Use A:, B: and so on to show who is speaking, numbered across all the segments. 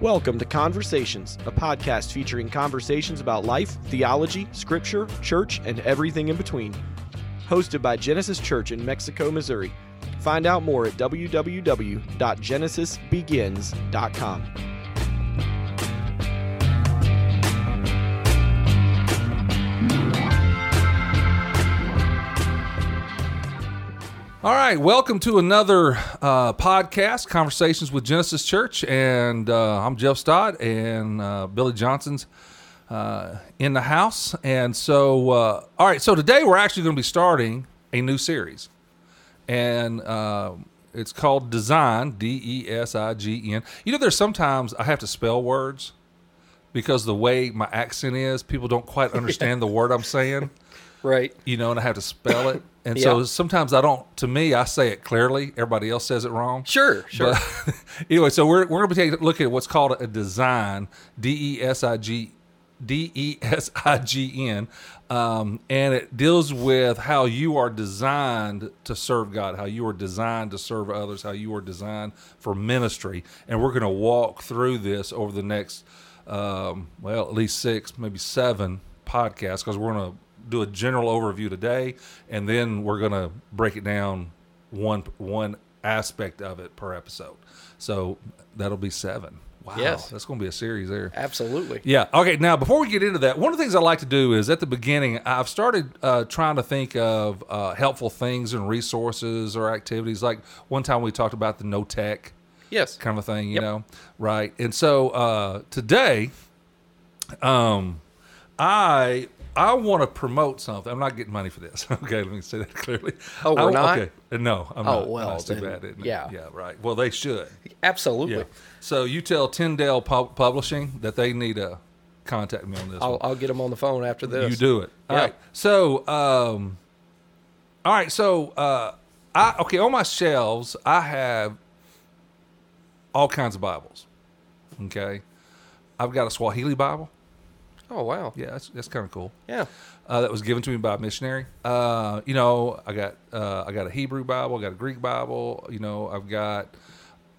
A: Welcome to Conversations, a podcast featuring conversations about life, theology, scripture, church, and everything in between. Hosted by Genesis Church in Mexico, Missouri. Find out more at www.genesisbegins.com.
B: All right, welcome to another uh, podcast, Conversations with Genesis Church, and uh, I'm Jeff Stott, and uh, Billy Johnson's uh, in the house. And so, uh, all right, so today we're actually going to be starting a new series, and uh, it's called Design D E S I G N. You know, there's sometimes I have to spell words because the way my accent is, people don't quite understand the word I'm saying
C: Right.
B: you know, and I have to spell it. And so
C: Yeah.
B: sometimes I don't. To me, I say it clearly. Everybody else says it wrong.
C: Sure. Sure.
B: But anyway, so we're we're gonna be taking a look at what's called a design, D E S I G, D E S I G N, um, and it deals with how you are designed to serve God, how you are designed to serve others, how you are designed for ministry, and we're gonna walk through this over the next, um, well, at least six, maybe seven podcasts, because we're gonna do a general overview today, and then we're gonna break it down one one aspect of it per episode. So that'll be seven. Wow,
C: Yes.
B: that's going to be a series there.
C: Absolutely.
B: Yeah. Okay. Now, before we get into that, one of the things I like to do is at the beginning, I've started uh, trying to think of uh, helpful things and resources or activities. Like one time we talked about the no tech
C: Yes.
B: kind of a thing, you
C: Yep.
B: know? Right. And so uh, today, um, I I want to promote something. I'm not getting money for this. Okay, let me say that clearly.
C: Oh, we're
B: I-
C: not?
B: Okay. Uh, No, I'm
C: Oh,
B: not.
C: well,
B: That's too
C: then,
B: bad, isn't it?
C: yeah.
B: Yeah, right. Well, they should.
C: Absolutely.
B: Yeah. So you tell Tyndale Pub- Publishing that they need to contact me on this.
C: I'll,
B: one.
C: I'll get them on the phone after this.
B: You do it. All
C: Yeah.
B: right. So, um, all right. So, uh, I okay on my shelves. I have all kinds of Bibles. Okay, I've got a Swahili Bible.
C: Oh wow.
B: Yeah, that's, that's kind of cool.
C: Yeah.
B: Uh, that was given to me by a missionary. Uh, you know, I got uh, I got a Hebrew Bible. I got a Greek Bible. You know, I've got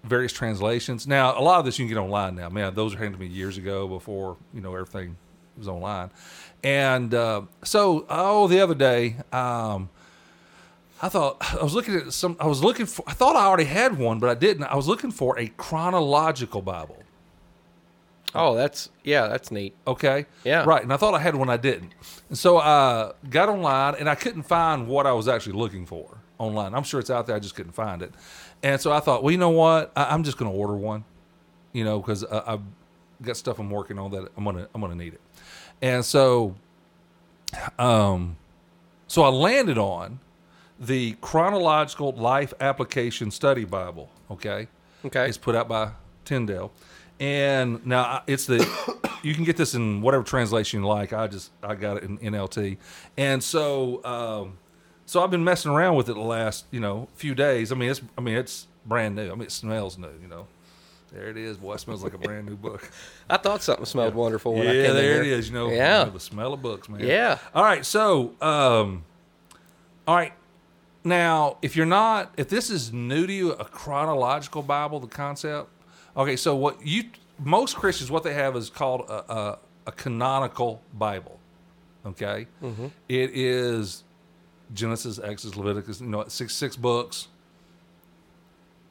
B: various translations. Now, a lot of this you can get online now. Man, those were handed to me years ago before you know everything was online. And uh, so, oh, the other day, um, I thought I was looking at some. I was looking for. I thought I already had one, but I didn't. I was looking for a chronological Bible.
C: Oh, that's yeah. That's neat.
B: Okay.
C: Yeah.
B: Right. And I thought I had one, I didn't. And so I got online and I couldn't find what I was actually looking for online. I'm sure it's out there. I just couldn't find it. And so I thought, well, you know what? I- I'm just going to order one, you know, because uh, I've got stuff I'm working on that I'm gonna I'm gonna need it. And so, um, so I landed on the chronological life application study Bible. Okay.
C: Okay.
B: It's put out by Tyndale, and now I- it's the you can get this in whatever translation you like. I just I got it in NLT, and so um, so I've been messing around with it the last you know few days. I mean it's I mean it's brand new. I mean it smells new. You know, there it is. Boy, it smells like a brand new book.
C: I thought something smelled wonderful when I came
B: yeah,
C: in
B: there
C: here.
B: it is. You know,
C: Yeah.
B: you know, the smell of books, man.
C: Yeah.
B: All right. So, um, all right. Now, if you're not, if this is new to you, a chronological Bible, the concept. Okay. So, what you most Christians what they have is called a, a, a canonical Bible. Okay.
C: Mm-hmm.
B: It is Genesis, Exodus, Leviticus. You know, six six books.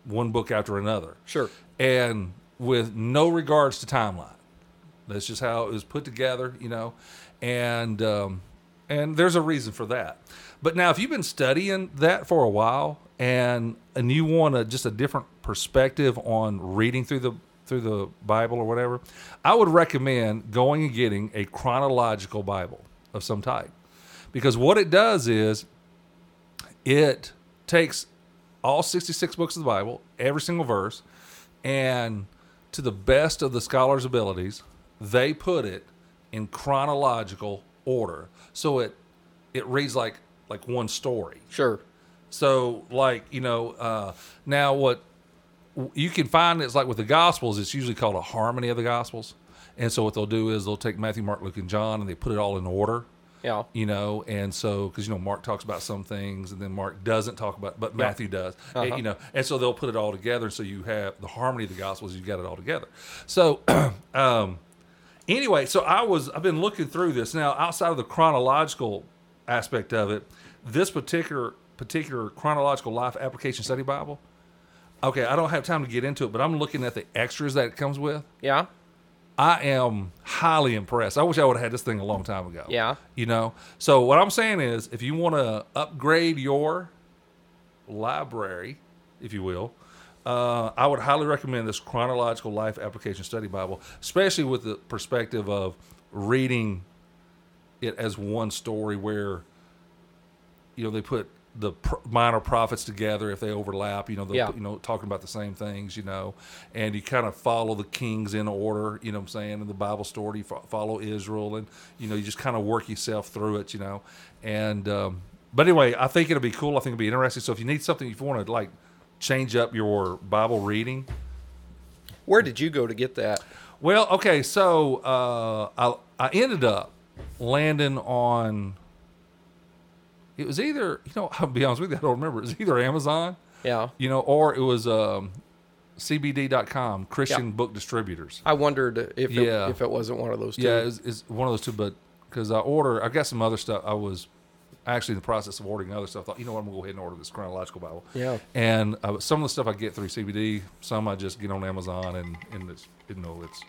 B: One book after another
C: Sure.
B: and with no regards to timeline. That's just how it was put together, you know, and um, and there's a reason for that. But now, if you've been studying that for a while and and you want a, just a different perspective on reading through the through the Bible or whatever, I would recommend going and getting a chronological Bible of some type, because what it does is it takes all 66 books of the Bible, every single verse, and to the best of the scholar's abilities, they put it in chronological order. So it it reads like like one story.
C: Sure.
B: So like, you know, uh now what you can find it's like with the gospels it's usually called a harmony of the gospels and so what they'll do is they'll take matthew mark luke and john and they put it all in order
C: Yeah.
B: you know and so because you know mark talks about some things and then mark doesn't talk about but matthew does and, you know and so they'll put it all together so you have the harmony of the gospels you've got it all together so um anyway so i was i've been looking through this now outside of the chronological aspect of it this particular particular chronological life application study bible okay i don't have time to get into it but i'm looking at the extras that it comes with
C: Yeah.
B: I am highly impressed. I wish I would have had this thing a long time ago.
C: Yeah.
B: You know? So, what I'm saying is, if you want to upgrade your library, if you will, uh, I would highly recommend this Chronological Life Application Study Bible, especially with the perspective of reading it as one story where, you know, they put the pr- minor prophets together if they overlap, you know, they'll
C: Yeah.
B: put- you know, talking about the same things, you know, and you kind of follow the kings in order, you know what I'm saying, in the Bible story, you fo- follow Israel, and, you know, you just kind of work yourself through it, you know. And, um, but anyway, I think it'll be cool. I think it'll be interesting. So if you need something, if you want to like change up your Bible reading,
C: Where did you go to get that?
B: well, okay, so uh, I I ended up landing on. It was either you know I'll be honest with you I don't remember it was either Amazon
C: Yeah.
B: you know or it was um, CBD.com Christian Book Distributors.
C: I wondered if
B: Yeah.
C: it, if it wasn't one of those two.
B: Yeah, it's, it's one of those two, but because I order I got some other stuff I was actually in the process of ordering other stuff. I thought you know what I'm gonna go ahead and order this chronological Bible.
C: Yeah.
B: and uh, some of the stuff I get through CBD, some I just get on Amazon and and it's you know it's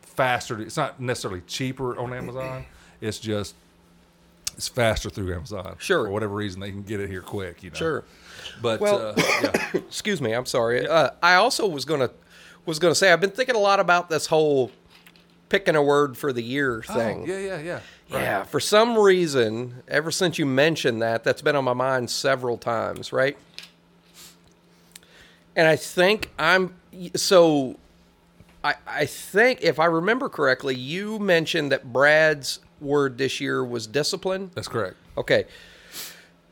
B: faster. to- It's not necessarily cheaper on Amazon. It's just it's faster through Amazon.
C: Sure.
B: for whatever reason they can get it here quick. You know.
C: Sure.
B: But
C: Well-
B: uh, yeah.
C: excuse me i'm sorry uh, i also was gonna was gonna say i've been thinking a lot about this whole picking a word for the year thing
B: Oh, yeah, yeah, yeah. Right.
C: Yeah, for some reason ever since you mentioned that that's been on my mind several times right and i think i'm so i i think if i remember correctly you mentioned that brad's word this year was discipline
B: That's correct.
C: okay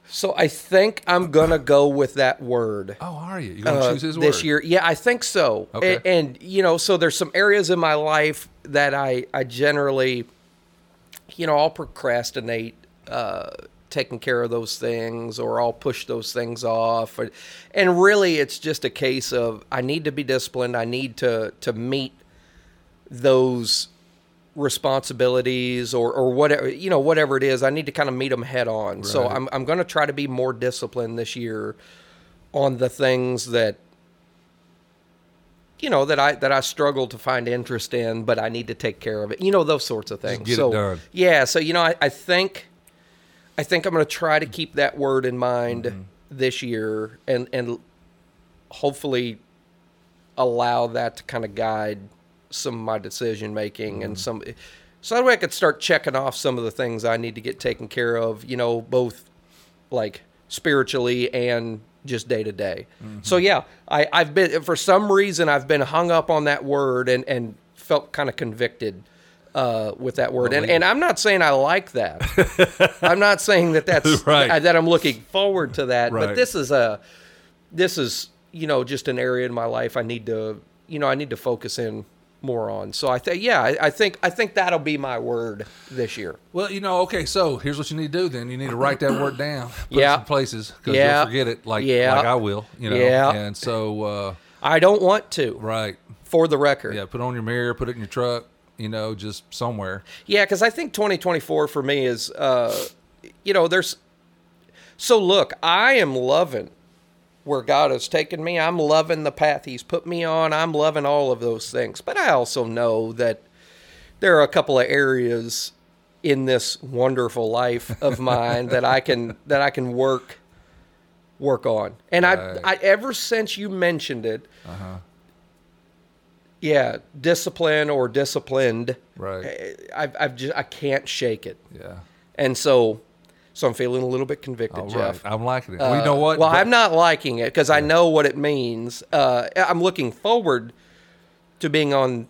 C: so i think i'm gonna go with that word
B: Oh, are you? You gonna
C: uh,
B: choose his
C: this
B: word?
C: year. Yeah, I think so.
B: Okay.
C: A- And, you know, so there's some areas in my life that I I generally, you know, I'll procrastinate uh, taking care of those things, or I'll push those things off, or, and really, it's just a case of I need to be disciplined. I need to to meet those responsibilities or or whatever you know whatever it is i need to kind of meet them head on so
B: Right.
C: i'm i'm going to try to be more disciplined this year on the things that you know that I that I struggle to find interest in, but I need to take care of it. You know those sorts of things.
B: get it
C: so
B: done.
C: yeah, so you know I, I think I think I'm going to try to keep that word in mind
B: Mm-hmm.
C: this year, and and hopefully allow that to kind of guide some of my decision making and some so that way I could start checking off some of the things I need to get taken care of. You know both like spiritually and just day to day. So yeah, I, I've been for some reason I've been hung up on that word and and felt kind of convicted uh, with that word. And and I'm not saying I like that. I'm not saying that that's
B: Right.
C: that I'm looking forward to that.
B: Right.
C: But this is a this is you know just an area in my life I need to you know I need to focus in more on. So I think yeah, I, I think I think that'll be my word this year.
B: Well, you know, okay, so here's what you need to do then. You need to write that word down. Put
C: Yeah.
B: it some places because
C: Yeah.
B: you'll forget it like,
C: Yeah.
B: like I will, you know.
C: Yeah.
B: And so, uh,
C: I don't want to,
B: right.
C: for the record.
B: Yeah, put it on your mirror, put it in your truck, you know, just somewhere.
C: Yeah, because I think 2024 for me is, uh, you know, there's. So look, I am loving where God has taken me. I'm loving the path He's put me on. I'm loving all of those things. But I also know that there are a couple of areas in this wonderful life of mine that I can that I can work work on. And
B: Right. Uh-huh.
C: I, I ever since you mentioned it, yeah, discipline or disciplined. eh,
B: Right.
C: I've, I've just, I can't shake it.
B: Yeah.
C: And so, so I'm feeling a little bit convicted,
B: All right.
C: Jeff.
B: I'm liking it. well, you know
C: Uh,
B: what?
C: Well,
B: But-
C: I'm not liking it because I know what it means. Uh, I'm looking forward to being on,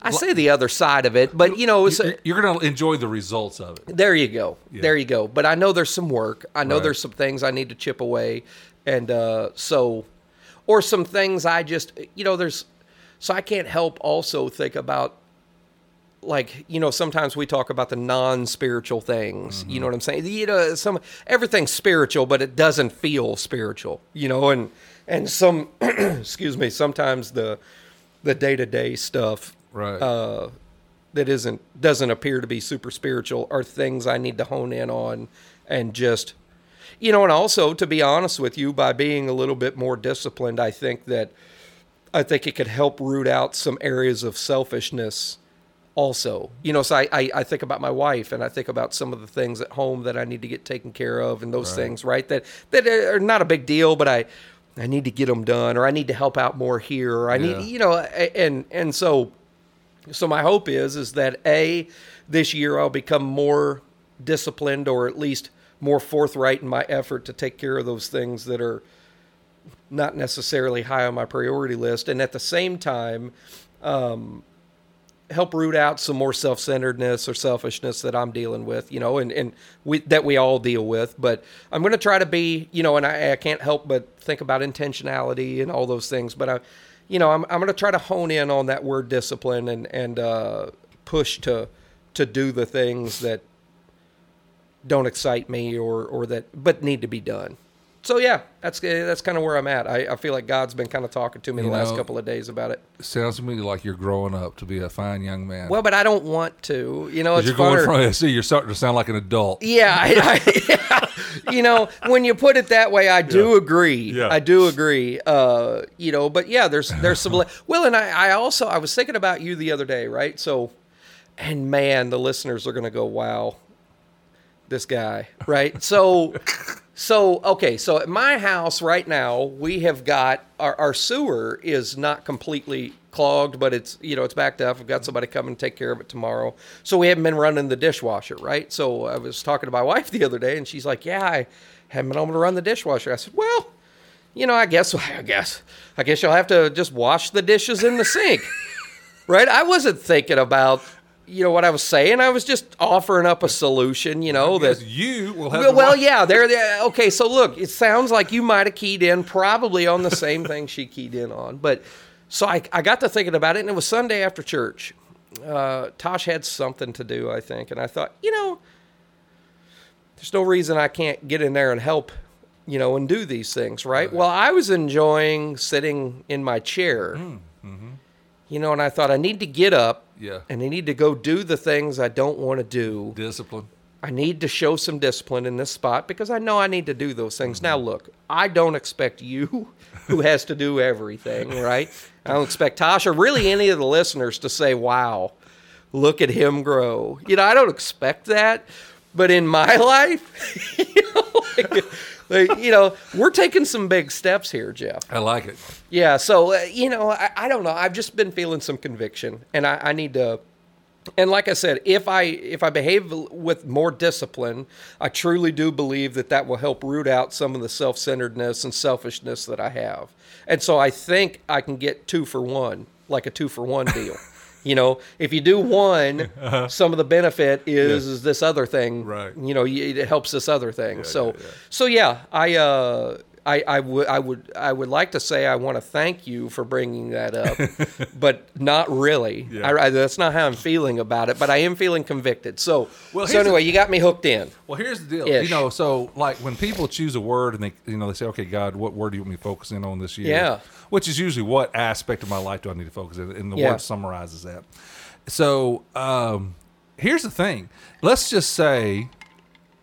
C: I say the other side of it, but you know, it's,
B: you- You're going to enjoy the results of it.
C: there you go. There you go. But I know there's some work. I know
B: Right.
C: there's some things I need to chip away. And uh, so, or some things I just, you know, there's, so I can't help also think about like you know sometimes we talk about the non-spiritual things you know what i'm saying you know some everything's spiritual but it doesn't feel spiritual you know and and some excuse me sometimes the the day-to-day stuff
B: Right.
C: uh that isn't doesn't appear to be super spiritual are things i need to hone in on and just you know and also to be honest with you by being a little bit more disciplined i think that I think it could help root out some areas of selfishness also. You know, so I, I, I think about my wife and I think about some of the things at home that I need to get taken care of and those things, right? That that are not a big deal, but I I need to get them done or I need to help out more here or I
B: Yeah.
C: need you know a- and and so so my hope is is that a this year I'll become more disciplined or at least more forthright in my effort to take care of those things that are not necessarily high on my priority list, and at the same time, um, help root out some more self-centeredness or selfishness that I'm dealing with, you know, and and we, that we all deal with. But I'm going to try to be, you know, and I, I can't help but think about intentionality and all those things. But I, you know, I'm I'm going to try to hone in on that word discipline and and uh, push to to do the things that don't excite me or or that but need to be done. So yeah, that's eh, that's kind of where I'm at. I, I feel like God's been kind of talking to me the
B: You
C: last
B: know-
C: couple of days about it.
B: Sounds to me like you're growing up to be a fine young man.
C: Well, but I don't want to. You know, it's
B: you're going
C: funner.
B: from I see you're starting to sound like an adult.
C: Yeah, I, I, you know, when you put it that way, I do agree.
B: Yeah.
C: I do agree. Uh, you know, but yeah, there's there's some le- well, and I, I also I was thinking about you the other day, right? So, and man, the listeners are gonna go, wow, this guy, right? So, so okay, so at my house right now, we have got our, our sewer is not completely clogged, but it's you know it's backed up. I've got somebody come and take care of it tomorrow, so we haven't been running the dishwasher, right? So I was talking to my wife the other day, and she's like, "Yeah, I haven't been able to run the dishwasher." I said, "Well." You know, I guess, I guess, I guess you'll have to just wash the dishes in the sink. right? I wasn't thinking about, you know, what I was saying. I was just offering up a solution, you know,
B: Yes,
C: that
B: you will have.
C: well,
B: to
C: well,
B: watch-
C: yeah, there. they- Okay, so look, it sounds like you might have keyed in probably on the same thing she keyed in on, but so I, I got to thinking about it, and it was Sunday after church. Uh, Tosh had something to do, I think, and I thought, you know, there's no reason I can't get in there and help, you know, and do these things, right? Well, I was enjoying sitting in my chair, you know, and I thought I need to get up,
B: Yeah.
C: and I need to go do the things I don't want to do.
B: Discipline.
C: I need to show some discipline in this spot because I know I need to do those things. Now, look, I don't expect you, who has to do everything, right? I don't expect Tasha, really any of the listeners, to say, wow, look at him grow. You know, I don't expect that. But in my life, you know, like, like, you know, we're taking some big steps here, Jeff.
B: I like it.
C: Yeah, so uh, you know, I, I don't know. I've just been feeling some conviction, and I, I need to. And like I said, if I if I behave with more discipline, I truly do believe that that will help root out some of the self centeredness and selfishness that I have. And so I think I can get two for one, like a two for one deal. you know, if you do one, some of the benefit is, is this other thing.
B: Right.
C: You know, y- it helps this other thing. so so yeah, I uh I, I would I would I would like to say I want to thank you for bringing that up, but not really.
B: Yeah.
C: I, I- that's not how I'm feeling about it, but I am feeling convicted. So
B: Well, here's
C: so
B: the-
C: anyway, you got me hooked in.
B: Well, here's the deal.
C: Ish.
B: You know, so like when people choose a word and they, you know, they say, "Okay, God, what word do you want me to focus in on this year?"
C: Yeah.
B: Which is usually what aspect of my life do I need to focus in, and the
C: Yeah.
B: word summarizes that. So um, here's the thing. Let's just say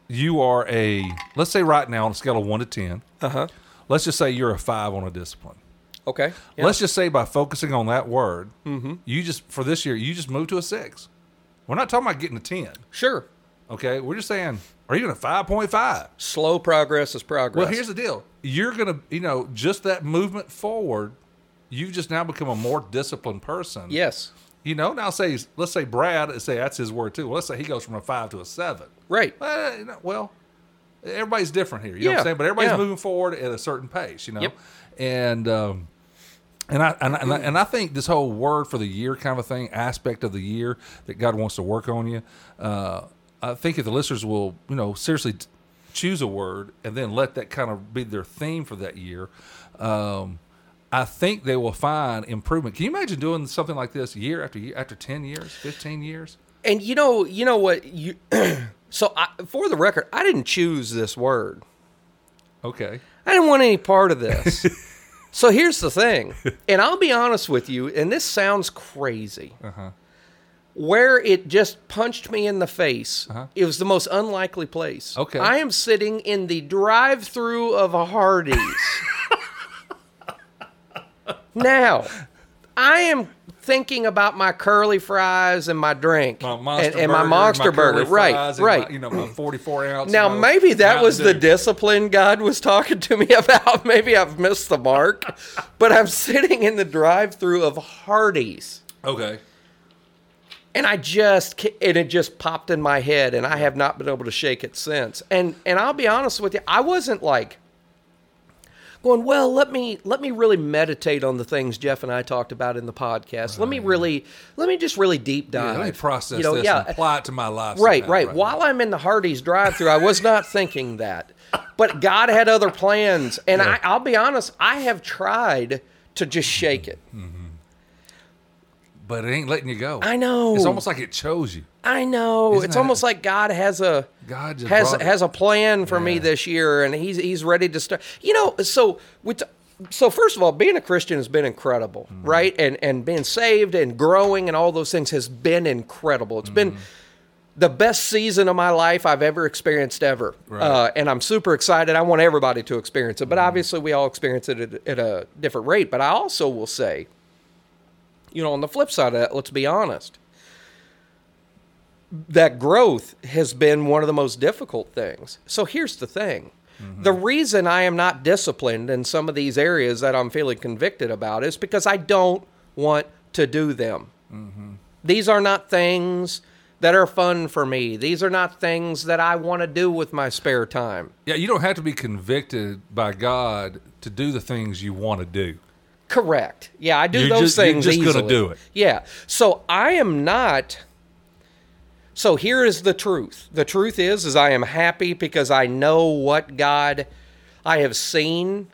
B: you are a. Let's say right now on a scale of one to ten. Uh huh.
C: Uh-huh.
B: Let's just say you're a five on a discipline.
C: Okay. Yeah. Mm-hmm.
B: Let's just say by focusing on that word, you just for this year you just moved to a six. We're not talking about getting a ten.
C: sure.
B: Okay, we're just saying, or even a five point five.
C: Slow progress is progress.
B: Well, here's the deal: you're gonna, you know, just that movement forward. You've just now become a more disciplined person.
C: yes.
B: You know, now say, let's say Brad, let's say that's his word too. Well, let's say he goes from a five to a seven.
C: Right.
B: Well, Eh, you know, well everybody's different here. You know what
C: Yeah,
B: I'm saying? But everybody's
C: yeah.
B: moving forward at a certain pace. You know,
C: Yep.
B: and um, and I and I, and I and I think this whole word for the year kind of thing aspect of the year that God wants to work on you. Uh, I think if the listeners will you know seriously t- choose a word and then let that kind of be their theme for that year. Um, I think they will find improvement. Can you imagine doing something like this year after year after ten years, fifteen years?
C: And you know, you know what you. so I, for the record, I didn't choose this word.
B: Okay.
C: I didn't want any part of this. so here's the thing, and I'll be honest with you, and this sounds crazy.
B: Uh-huh.
C: Where it just punched me in the face, it was the most unlikely place.
B: Uh-huh. Okay.
C: I am sitting in the drive through of a Hardee's. now, I am thinking about my curly fries and my drink
B: My monster
C: and, and my monster burger.
B: curly
C: right,
B: fries and
C: right.
B: my, you know, my forty-four ounce.
C: Now,
B: you know,
C: maybe that
B: Mountain
C: was the
B: Dew.
C: discipline God was talking to me about. Maybe I've missed the mark, but I'm sitting in the drive through of Hardee's.
B: Okay.
C: And I just ca- and it just popped in my head, and I have not been able to shake it since. And and I'll be honest with you, I wasn't like going well. Let me let me really meditate on the things Jeff and I talked about in the podcast. Let me really let me just really deep dive.
B: Yeah, let me process
C: Uh, You know,
B: this
C: yeah,
B: and apply it to my life.
C: Right,
B: somehow,
C: right. While I'm in the Hardee's drive-through, I was not thinking that, but God had other plans, and I, I'll be honest, I have tried to just shake it.
B: But it ain't letting you go.
C: I know.
B: It's almost like it chose you.
C: I know
B: Isn't
C: it's
B: that-
C: almost like God has a
B: God just
C: has
B: brought it.
C: has a plan for me this year, and he's he's ready to start. You know, so we. T- so first of all, being a Christian has been incredible,
B: Mm-hmm.
C: right? And and being saved and growing and all those things has been incredible. It's been
B: Mm-hmm.
C: the best season of my life I've ever experienced ever,
B: Right. Mm-hmm.
C: uh, and I'm super excited. I want everybody to experience it, but obviously we all experience it at, at a different rate. But I also will say, you know, on the flip side of that, let's be honest that growth has been one of the most difficult things. So here's the thing. The reason I am not disciplined in some of these areas that I'm feeling convicted about is because I don't want to do them. These are not things that are fun for me. These are not things that I want to do with my spare time.
B: Yeah, you don't have to be convicted by God to do the things you want to do.
C: Correct. Yeah, I do
B: You're
C: those
B: just- you're
C: things.
B: just gonna
C: easily.
B: do it.
C: Yeah. So I am not. So here is the truth. The truth is, is I am happy because I know what God, I have seen,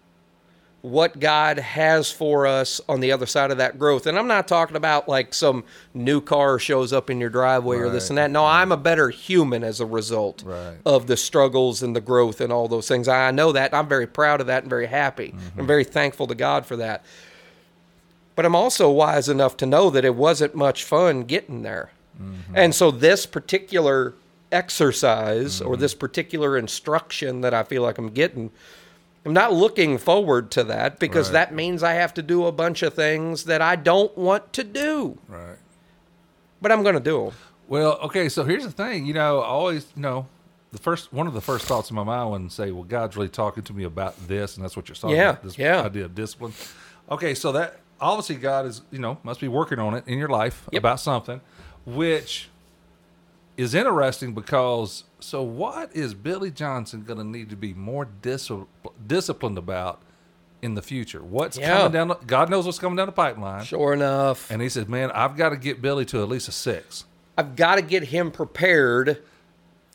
C: what God has for us on the other side of that growth. And I'm not talking about like some new car shows up in your driveway or this
B: Right.
C: and that. No, I'm a better human as a result
B: Right.
C: of the struggles and the growth and all those things. I know that. and I'm very proud of that and very happy.
B: Mm-hmm.
C: I'm very thankful to God for that. But I'm also wise enough to know that it wasn't much fun getting there. And so this particular exercise or this particular instruction that I feel like I'm getting I'm not looking forward to that because
B: Right.
C: that means I have to do a bunch of things that I don't want to do,
B: Right.
C: but I'm going to do them.
B: Well, okay, so here's the thing. You know, I always, you know, the first one of the first thoughts in my mind when say, "Well, God's really talking to me about this," and that's what you're talking
C: Yeah,
B: about. This
C: yeah.
B: idea of discipline. Okay, so that obviously God is, you know, must be working on it in your life
C: Yep.
B: about something, which is interesting because so what is Billy Johnson going to need to be more discipl- disciplined about in the future? What's
C: Yeah.
B: coming down? the- God knows what's coming down the pipeline.
C: Sure enough,
B: And he says, "Man, I've got to get Billy to at least a six.
C: I've got to get him prepared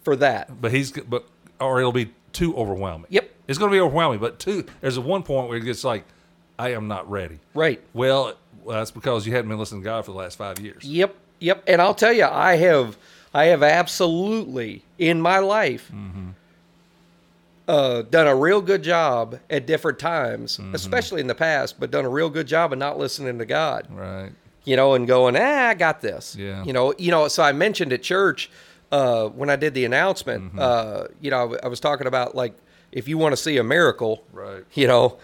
C: for that.
B: but he's but or it'll be too overwhelming.
C: Yep.
B: it's going to be overwhelming. But two, there's a one point where it gets like, I am not ready.
C: Right.
B: Well, that's because you hadn't been listening to God for the last five years.
C: Yep, yep. And I'll tell you, I have, I have absolutely in my life uh, done a real good job at different times, especially in the past, but done a real good job of not listening to God.
B: Right.
C: you know, and going, ah, I got this.
B: Yeah.
C: You know, you know. So I mentioned at church uh, when I did the announcement.
B: Mm-hmm.
C: Uh, you know, I w- I was talking about like if you want to see a miracle,
B: Right.
C: You know,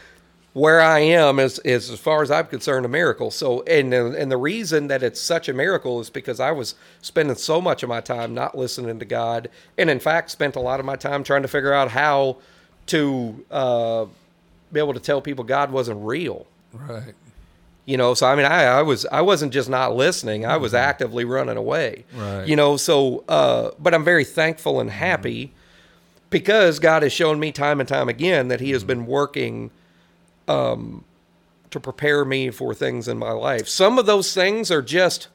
C: where I am is, is as far as I'm concerned a miracle. So and and the reason that it's such a miracle is because I was spending so much of my time not listening to God, and in fact spent a lot of my time trying to figure out how to uh, be able to tell people God wasn't real
B: Right.
C: you know so i mean i, I was i wasn't just not listening i was actively running away
B: Right.
C: you know so uh, but i'm very thankful and happy because god has shown me time and time again that he has been working um, to prepare me for things in my life some of those things are just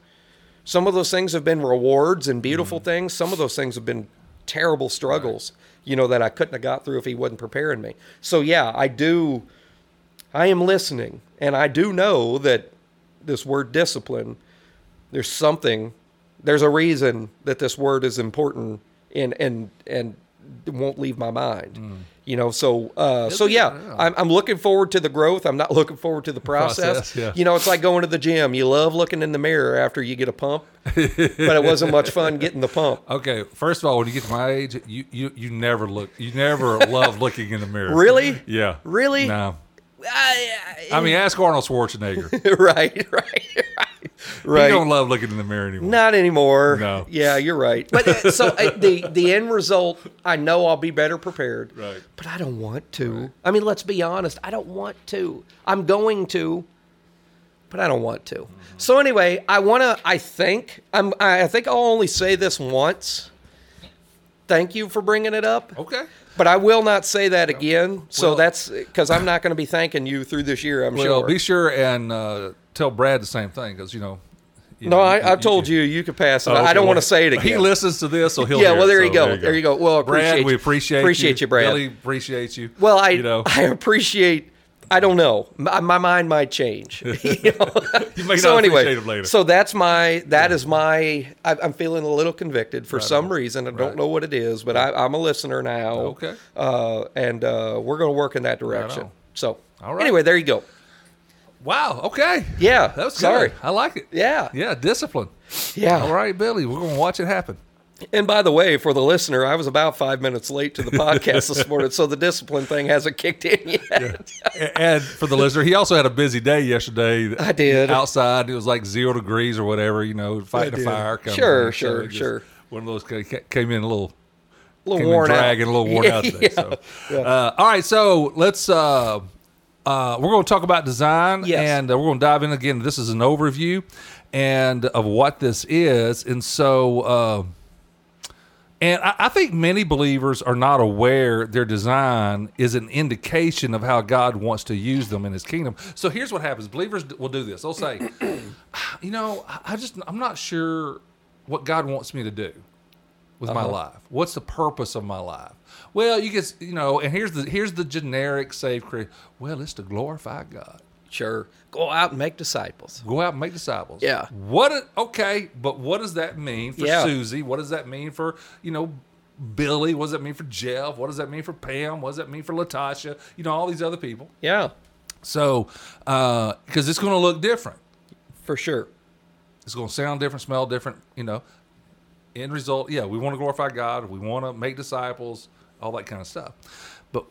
C: some of those things have been rewards and beautiful things some of those things have been terrible struggles you know that i couldn't have got through if he wasn't preparing me so yeah i do I am listening, and I do know that this word discipline, there's something, there's a reason that this word is important and and and won't leave my mind. You know, so uh, so
B: Mm. be-
C: yeah,
B: yeah.
C: I'm, I'm looking forward to the growth. I'm not looking forward to the process.
B: Process, yeah.
C: You know, it's like going to the gym. You love looking in the mirror after you get a pump, but it wasn't much fun getting the pump.
B: Okay, first of all, when you get to my age, you you, you never look, you never love looking in the mirror.
C: Really?
B: Yeah.
C: Really?
B: No.
C: I-
B: I mean, ask Arnold Schwarzenegger.
C: I- right, right, right,
B: He
C: right.
B: don't love looking in the mirror anymore.
C: Not anymore.
B: No.
C: Yeah, you're right. But uh, so uh, the the end result, I know I'll be better prepared.
B: Right.
C: But I don't want to. I mean, let's be honest. I don't want to. I'm going to, but I don't want to.
B: Mm-hmm.
C: So anyway, I want to. I think I'm. I I think I'll only say this once. Thank you for bringing it up.
B: Okay.
C: But I will not say that again. So
B: Well-
C: that's because I'm not going to be thanking you through this year. I'm
B: Well,
C: sure.
B: be sure and uh, tell Brad the same thing because you know. you Oh,
C: no,
B: know,
C: I, I told you you could pass it. I don't want to say it again.
B: He listens to this, so he'll.
C: Yeah,
B: hear
C: well,
B: it,
C: there
B: so
C: you go. There you go. Well, appreciate
B: Brad, we
C: you.
B: appreciate
C: Appreciate you, Brad.
B: Billy appreciates you.
C: Well, I
B: you know
C: I appreciate. I don't know. My, my mind might change. you know?
B: You may
C: so
B: not
C: anyway,
B: appreciate him later.
C: so that's my that is my. I, I'm feeling a little convicted for some reason. I don't
B: Right.
C: know what it is, but I, I'm a listener now.
B: Okay.
C: uh, and uh, we're going to work in that direction.
B: on.
C: so
B: All right.
C: anyway, there you go.
B: wow. Okay.
C: Yeah,
B: That was good.
C: sorry.
B: I like it.
C: Yeah.
B: Yeah. Discipline.
C: Yeah.
B: All right, Billy. We're gonna watch it happen.
C: And by the way, for the listener, I was about five minutes late to the podcast this morning, so the discipline thing hasn't kicked in yet.
B: A- and for the listener, he also had a busy day yesterday.
C: I did.
B: Outside, it was like zero degrees or whatever, you know, fighting a
C: did.
B: fire. coming
C: Sure,
B: in. So
C: sure,
B: it just-
C: sure.
B: One of those ca- ca- came in a little,
C: A little
B: came
C: worn
B: in
C: out.
B: dragging, a little worn out today. So. Uh, all right, so let's. Uh, uh, we're going to talk about design,
C: Yes.
B: and uh, we're going to dive in again. This is an overview, and of what this is, and so. Uh, and I, I think many believers are not aware their design is an indication of how God wants to use them in His kingdom. So here's what happens: believers d- will do this. They'll say, "You know, I I just I'm not sure what God wants me to do with
C: Uh-huh.
B: my life. What's the purpose of my life?" Well, you get you know, and here's the here's the generic save creed. Well, it's to glorify God.
C: Sure. Go out and make disciples.
B: Go out and make disciples.
C: Yeah.
B: What? a- Okay, but what does that mean for
C: Yeah.
B: Susie? What does that mean for you know Billy? What does that mean for Jeff? What does that mean for Pam? What does that mean for Latasha? You know all these other people.
C: Yeah,
B: So, because it's going to look different,
C: for sure.
B: it's going to sound different, smell different. You know, end result. Yeah, we want to glorify God. We want to make disciples. All that kind of stuff. But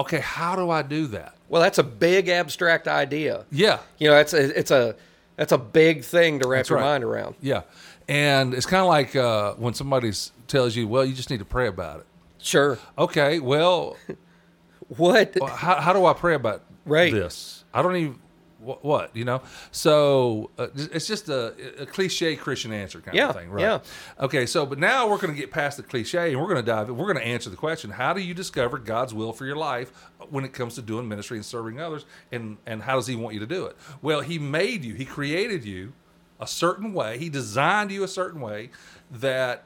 B: okay, how do I do that?
C: Well, that's a big abstract idea.
B: Yeah.
C: You know, that's a, it's a that's a big thing to wrap your
B: right.
C: mind around.
B: Yeah. And it's kind of like uh, when somebody s- tells you, well, you just need to pray about it.
C: Sure.
B: Okay, well,
C: What?
B: how, how do I pray about
C: Right.
B: this? I don't even, what, what you know? So uh, it's just a, a cliche Christian answer kind
C: Yeah,
B: of thing, right?
C: yeah.
B: Okay, so, but now we're going to get past the cliche and we're going to dive in. We're going to answer the question how do you discover God's will for your life when it comes to doing ministry and serving others? And, and how does He want you to do it? Well, He made you, He created you a certain way, He designed you a certain way that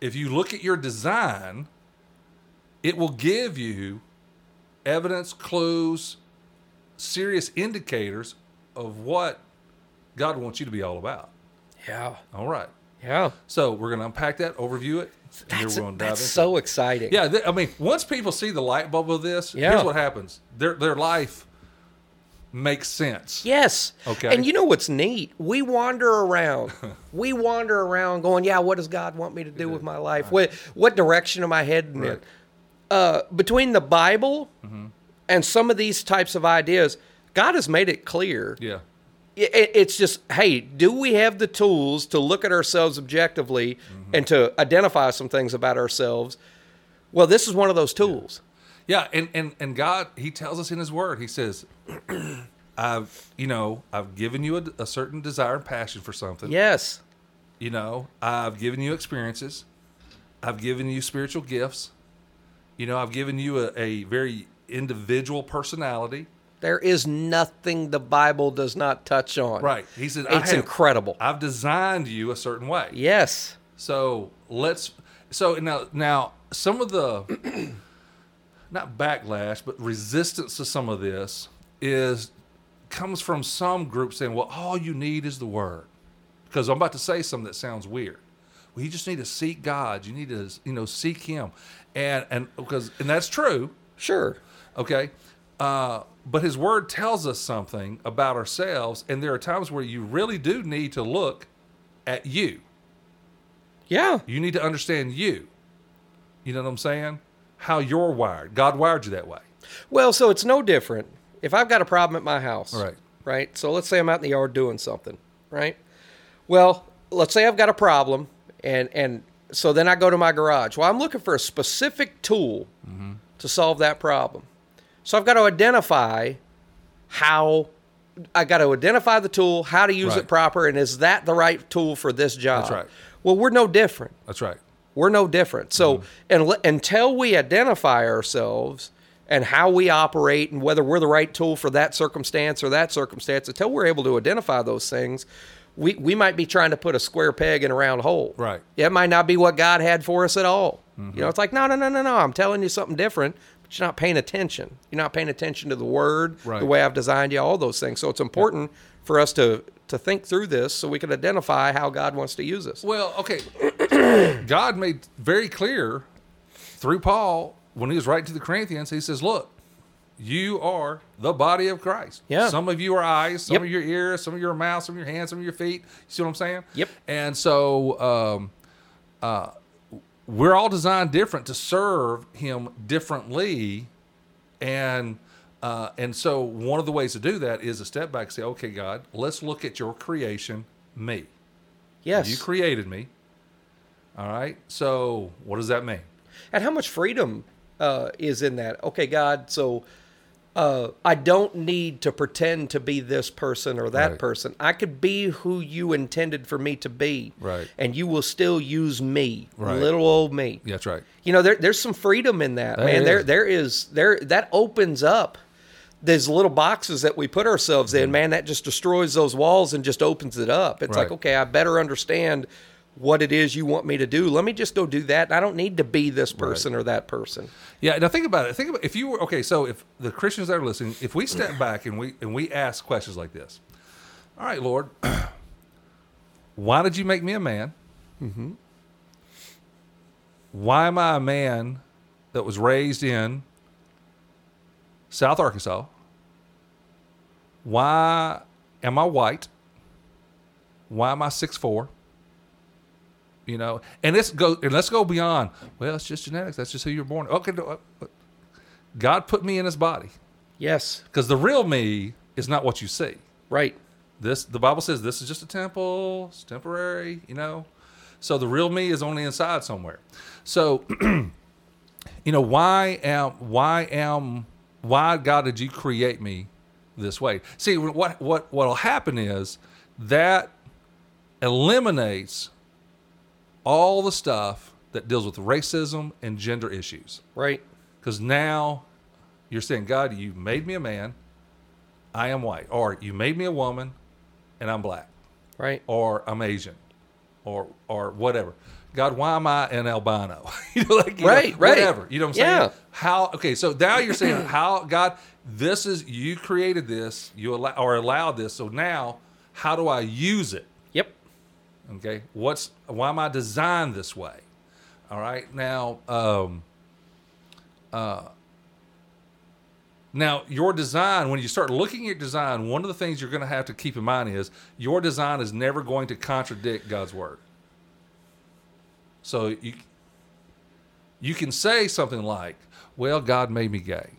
B: if you look at your design, it will give you evidence, clues, serious indicators of what God wants you to be all about.
C: yeah.
B: All right.
C: Yeah.
B: So we're going to unpack that, overview it, and here
C: That's,
B: we're going to dive
C: that's
B: into
C: so exciting.
B: yeah, th- I mean, once people see the light bulb of this,
C: Yeah.
B: here's what happens. Their their life makes sense.
C: Yes.
B: Okay.
C: And you know what's neat? We wander around. we wander around going, yeah, what does God want me to do with my life? What what direction am I heading in?
B: Right. Mm-hmm.
C: Uh, between the Bible and some of these types of ideas, God has made it clear.
B: Yeah.
C: I- i- it's just, hey, do we have the tools to look at ourselves objectively and to identify some things about ourselves? Well, this is one of those tools.
B: Yeah, and and and God, He tells us in His Word, He says, "I've you know I've given you a, a certain desire and passion for something.
C: Yes.
B: You know, I've given you experiences, I've given you spiritual gifts, you know, I've given you a, a very individual personality.
C: There is nothing the Bible does not touch on.
B: Right? He said, I
C: It's
B: have-
C: incredible.
B: I've designed you a certain way.
C: Yes.
B: So let's. So now, now some of the not backlash, but resistance to some of this is comes from some group saying, "Well, all you need is the word," because I'm about to say something that sounds weird. Well, you just need to seek God. You need to, you know, seek Him, and and because and that's true.
C: Sure.
B: Okay. Uh, but his word tells us something about ourselves, and there are times where you really do need to look at you.
C: Yeah.
B: You need to understand you. You know what I'm saying? How you're wired. God wired you that way.
C: Well, so it's no different. If I've got a problem at my house,
B: Right.
C: Right. So let's say I'm out in the yard doing something, right? Well, let's say I've got a problem, and and so then I go to my garage. Well, I'm looking for a specific tool
B: Mm-hmm.
C: to solve that problem. So I've got to identify how I got to identify the tool, how to use
B: Right.
C: it proper, and is that the right tool for this job?
B: That's right.
C: Well, we're no different.
B: That's right.
C: We're no different.
B: Mm-hmm.
C: So and, until we identify ourselves and how we operate and whether we're the right tool for that circumstance or that circumstance, until we're able to identify those things, we, we might be trying to put a square peg in a round hole.
B: Right. Mm-hmm.
C: Yeah, It might not be what God had for us at all. You know, it's like, no, no, no, no, no. I'm telling you something different, but you're not paying attention. You're not paying attention to the word,
B: Right.
C: the way I've designed you, all those things. So it's important for us to to think through this so we can identify how God wants to use us.
B: Well, okay. God made very clear through Paul when he was writing to the Corinthians, he says, Look, you are the body of Christ.
C: Yeah.
B: Some of you are eyes, some
C: Yep.
B: of your ears, some of your mouth, some of your hands, some of your feet. You see what I'm saying?
C: Yep.
B: And so um, uh, we're all designed different to serve him differently. And uh, and so one of the ways to do that is to step back and say, okay, God, let's look at your creation, me.
C: Yes.
B: You created me. All right. So what does that mean?
C: and how much freedom uh, is in that okay god so uh, i don't need to pretend to be this person or that
B: Right.
C: person i could be who you intended for me to be
B: Right.
C: and you will still use me
B: Right.
C: little old me
B: Yeah, that's right.
C: you know there, there's some freedom in that
B: There
C: man there
B: is.
C: there is there that opens up these little boxes that we put ourselves
B: Mm-hmm.
C: in man that just destroys those walls and just opens it up it's like
B: Right.
C: okay i better understand what it is you want me to do let me just go do that i don't need to be this person or that person
B: Yeah. Now think about it. Think about if you were okay. So if the Christians that are listening, if we step back and we and we ask questions like this, all right, Lord, why did you make me a man? Mm-hmm. Why am I a man that was raised in South Arkansas? Why am I white? Why am I six four? You know, and let's go and let's go beyond. Well, it's just genetics. That's just who you're born. Okay, no, uh, uh, God put me in His body
C: yes
B: because the real me is not what you see.
C: right
B: This the Bible says this is just a temple. It's temporary. You know, so the real me is on the inside somewhere. So, you know, why am why am why God did you create me this way? See, what what what'll happen is that eliminates all the stuff that deals with racism and gender issues.
C: right
B: Because now you're saying, God, you made me a man, I am white. Or you made me a woman, and I'm black.
C: right
B: Or I'm Asian. Or or whatever. God, why am I an albino? you know, like, you know,
C: Right, right.
B: Whatever. You know what I'm saying?
C: Yeah.
B: How okay, so now you're saying how God, this is you created this, you allow or allowed this, so now how do I use it?
C: yep
B: Okay, what's why am I designed this way? All right, now, um, uh, now your design. When you start looking at design, one of the things you're going to have to keep in mind is your design is never going to contradict God's word. So you you can say something like, "Well, God made me gay."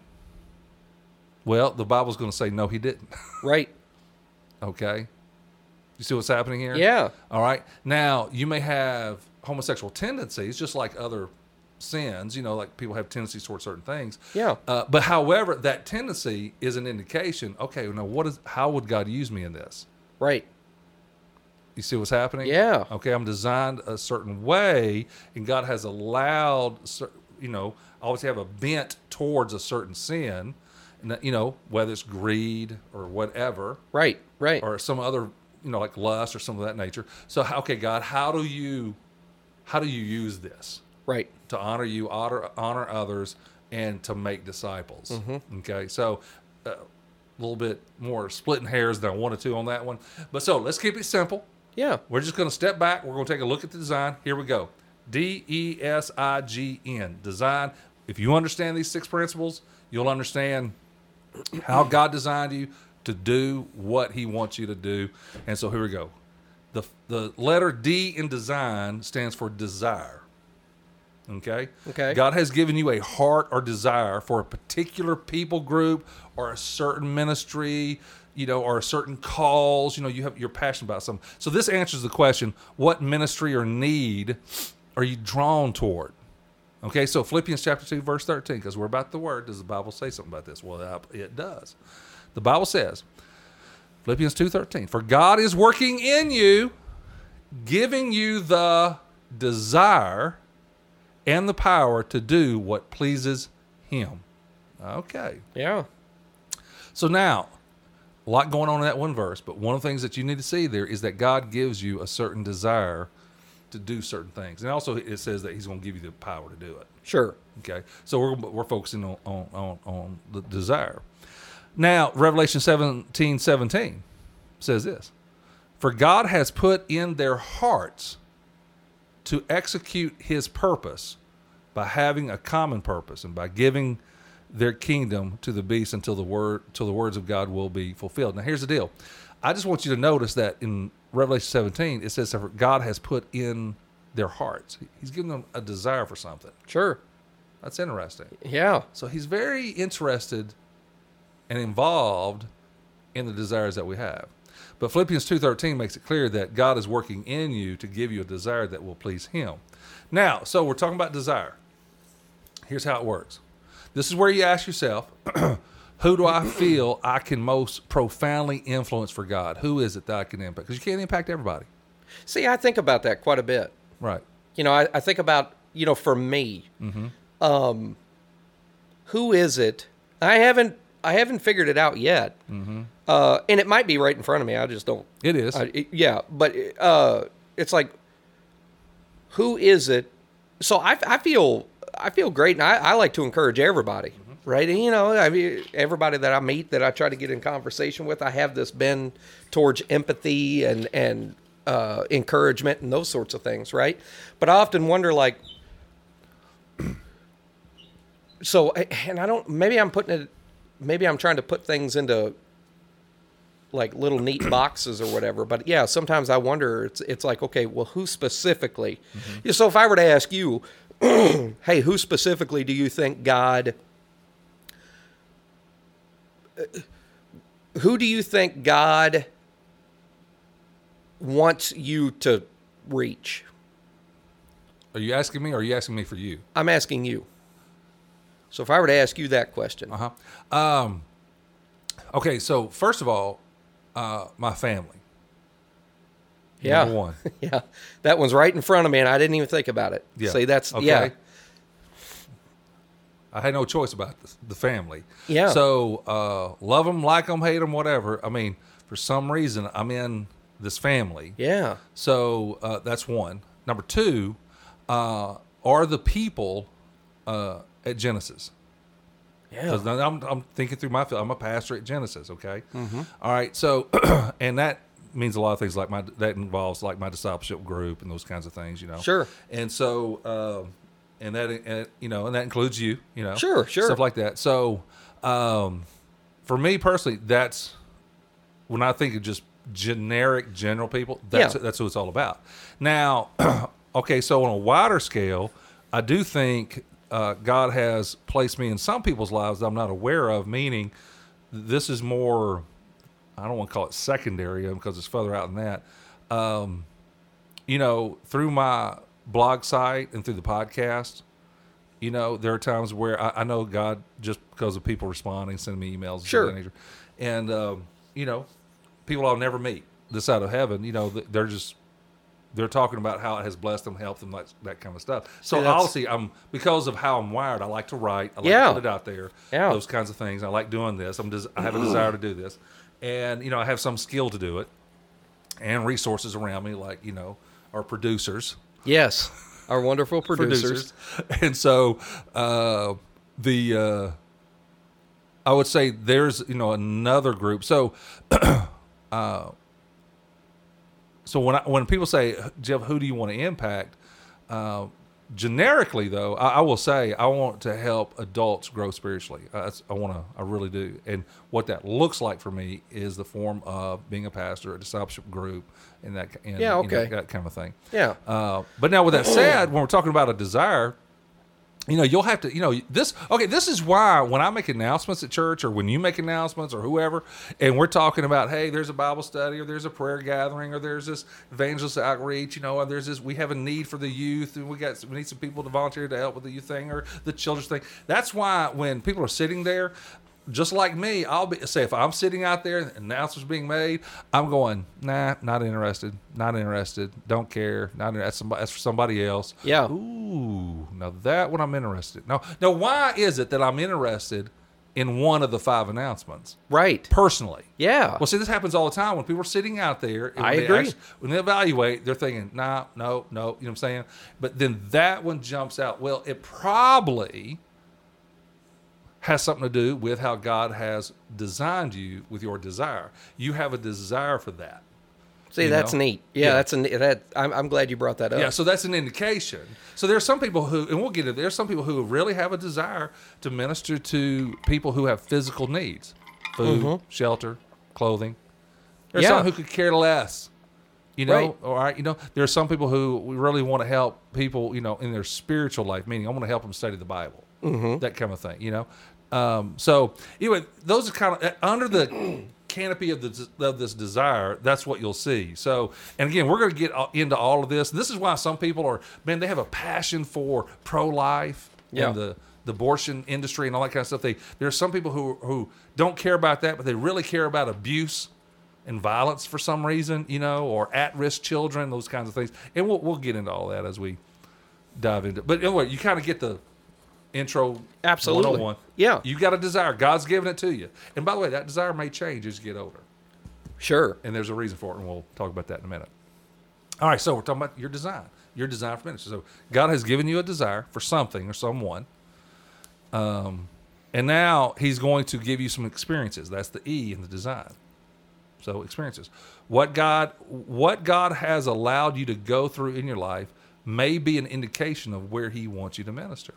B: Well, the Bible's going to say, "No, He didn't."
C: right
B: okay, you see what's happening here?
C: yeah
B: All right. Now, you may have homosexual tendencies, just like other sins, you know, like people have tendencies towards certain things.
C: Yeah.
B: Uh, but however, that tendency is an indication okay, now what is, how would God use me in this?
C: right
B: You see what's happening?
C: Yeah.
B: Okay, I'm designed a certain way, and God has allowed, cer- you know, I always have a bent towards a certain sin, and that- you know, whether it's greed or whatever
C: right right
B: or some other you know like lust or some of that nature so how- okay god how do you how do you use this
C: right
B: to honor you honor honor others and to make disciples okay so uh, a little bit more splitting hairs than I wanted to on that one. But so let's keep it simple.
C: Yeah.
B: We're just going to step back. We're going to take a look at the design. Here we go. D E S I G N. Design. If you understand these six principles, you'll understand how God designed you to do what He wants you to do. And so here we go. The, the letter D in design stands for desire. Okay?
C: Okay.
B: God has given you a heart or desire for a particular people group or a certain ministry, you know, or a certain cause. You know, you have you're passionate about something. So this answers the question: What ministry or need are you drawn toward? Okay, so Philippians chapter 2, verse 13, because we're about the word. Does the Bible say something about this? Well, it does. The Bible says, Philippians 2:13, "For God is working in you, giving you the desire and the power to do what pleases him." Okay.
C: Yeah.
B: So now, a lot going on in that one verse, but one of the things that you need to see there is that God gives you a certain desire to do certain things. And also it says that he's going to give you the power to do it.
C: Sure.
B: Okay, so we're we're focusing on on on, on the desire. Now, Revelation seventeen seventeen says this: For God has put in their hearts to execute His purpose by having a common purpose and by giving their kingdom to the beast until the word till the words of God will be fulfilled. Now, here's the deal: I just want you to notice that in Revelation seventeen it says that God has put in their hearts. He's given them a desire for something.
C: Sure.
B: That's interesting.
C: Yeah.
B: So he's very interested and involved in the desires that we have. But Philippians 2:13 makes it clear that God is working in you to give you a desire that will please him. Now, so we're talking about desire. Here's how it works. This is where you ask yourself, who do I feel I can most profoundly influence for God? Who is it that I can impact? Because you can't impact everybody.
C: See, I think about that quite a bit.
B: Right.
C: You know, I, I think about, you know, for me, um, who is it? I haven't, I haven't figured it out yet. Mm-hmm. Uh, and it might be right in front of me. I just don't.
B: It is.
C: I, Uh, it- yeah, but uh, it's like, who is it? So I, I feel I feel great, and I, I like to encourage everybody, right? And, you know, I mean, everybody that I meet, that I try to get in conversation with, I have this bend towards empathy and and uh, encouragement and those sorts of things, right? But I often wonder, like, so and I don't. Maybe I'm putting it. Maybe I'm trying to put things into like little neat boxes or whatever. But yeah, sometimes I wonder. It's it's like okay, well, who specifically?
B: Mm-hmm.
C: Yeah, So if I were to ask you, hey, who specifically do you think God? uh, Who do you think God wants you to reach?
B: Are you asking me or are you asking me for you?
C: I'm asking you. So if I were to ask you that question,
B: Uh huh. Um, okay, so first of all, uh, my family.
C: yeah,
B: Number one.
C: yeah, that one's right in front of me, and I didn't even think about it.
B: Yeah.
C: See, that's
B: Okay.
C: yeah,
B: I had no choice about the, the family.
C: Yeah.
B: So uh, love them, like them, hate them, whatever. I mean, for some reason, I'm in this family.
C: yeah,
B: So uh, that's one. Number two uh, are the people uh, at Genesis.
C: yeah.
B: 'Cause now I'm, I'm thinking through my field. I'm a pastor at Genesis. Okay.
C: Mm-hmm.
B: All right. So, and that means a lot of things like my that involves like my discipleship group and those kinds of things. You know.
C: Sure.
B: And so, um, and that and, you know, and that includes you. You know.
C: Sure, sure.
B: Stuff like that. So, um, for me personally, that's when I think of just generic general people. That's
C: Yeah.
B: that's what it's all about. Now, okay, so on a wider scale, I do think uh, God has placed me in some people's lives that I'm not aware of. Meaning, this is more. I don't want to call it secondary because it's further out than that. Um, you know, through my blog site and through the podcast, you know, there are times where I, I know God just because of people responding, sending me emails, and things of
C: Sure.
B: that nature. and um, you know, people I'll never meet this side of heaven. You know, th- they're just they're talking about how it has blessed them, helped them, like that kind of stuff. So
C: See, that's-
B: obviously, I'm because of how I'm wired. I like to write. I like
C: Yeah.
B: to put it out there.
C: Yeah.
B: Those kinds of things. I like doing this. I'm des- I have a desire to do this, and you know, I have some skill to do it, and resources around me, like you know, our producers
C: Yes, our wonderful producers.
B: producers. And so uh, the uh, I would say there's you know another group. So, uh, so when I, when people say Jeff, who do you want to impact? Uh, generically, though, I, I will say I want to help adults grow spiritually. I, that's- I want to, I really do. And what that looks like for me is the form of being a pastor, a discipleship group, and that and,
C: Yeah,
B: you know,
C: okay.
B: that kind of thing.
C: Yeah.
B: Uh, but now, with that said, when we're talking about a desire, you know, you'll have to, you know, this, okay, this is why when I make announcements at church or when you make announcements or whoever, and we're talking about, hey, there's a Bible study or there's a prayer gathering or there's this evangelist outreach, you know, or there's this, we have a need for the youth and we got, we need some people to volunteer to help with the youth thing or the children's thing. That's why when people are sitting there, just like me, I'll be say if I'm sitting out there and announcements being made, I'm going, nah, not interested, not interested, don't care, not inter- that's somebody that's for somebody else.
C: Yeah.
B: Ooh, now that one I'm interested. Now, now why is it that I'm interested in one of the five announcements
C: Right.
B: personally?
C: Yeah.
B: Well, see, this happens all the time when people are sitting out there. And
C: I
B: when they
C: agree.
B: act- when they evaluate, they're thinking, nah, no, no. You know what I'm saying? But then that one jumps out. Well, it probably has something to do with how God has designed you with your desire. You have a desire for that.
C: See,
B: you
C: that's
B: know?
C: neat. Yeah,
B: Yeah.
C: that's a ne- that. I'm, I'm glad you brought that up.
B: Yeah, so that's an indication. So there's some people who, and we'll get it. There's some people who really have a desire to minister to people who have physical needs, food, shelter, clothing. There's
C: Mm-hmm. Yeah.
B: some who could care less. You know,
C: Right.
B: all right. You know, there are some people who we really want to help people. You know, in their spiritual life, meaning I want to help them study the Bible,
C: Mm-hmm.
B: that kind of thing. You know, um, so anyway, those are kind of under the canopy of the of this desire. That's what you'll see. So, and again, we're going to get all- into all of this. This is why some people are man. They have a passion for pro life
C: Yeah.
B: and the the abortion industry and all that kind of stuff. They there are some people who who don't care about that, but they really care about abuse and violence for some reason, you know, or at risk children, those kinds of things. And we'll we'll get into all that as we dive into. But anyway, you kind of get the intro
C: Absolutely.
B: 101.
C: Yeah.
B: You got a desire. God's given it to you. And by the way, that desire may change as you get older.
C: Sure.
B: And there's a reason for it, and we'll talk about that in a minute. All right, so we're talking about your design, your design for ministry. So God has given you a desire for something or someone, um, and now He's going to give you some experiences. That's the E in the design. So experiences, what God, what God has allowed you to go through in your life, may be an indication of where He wants you to minister.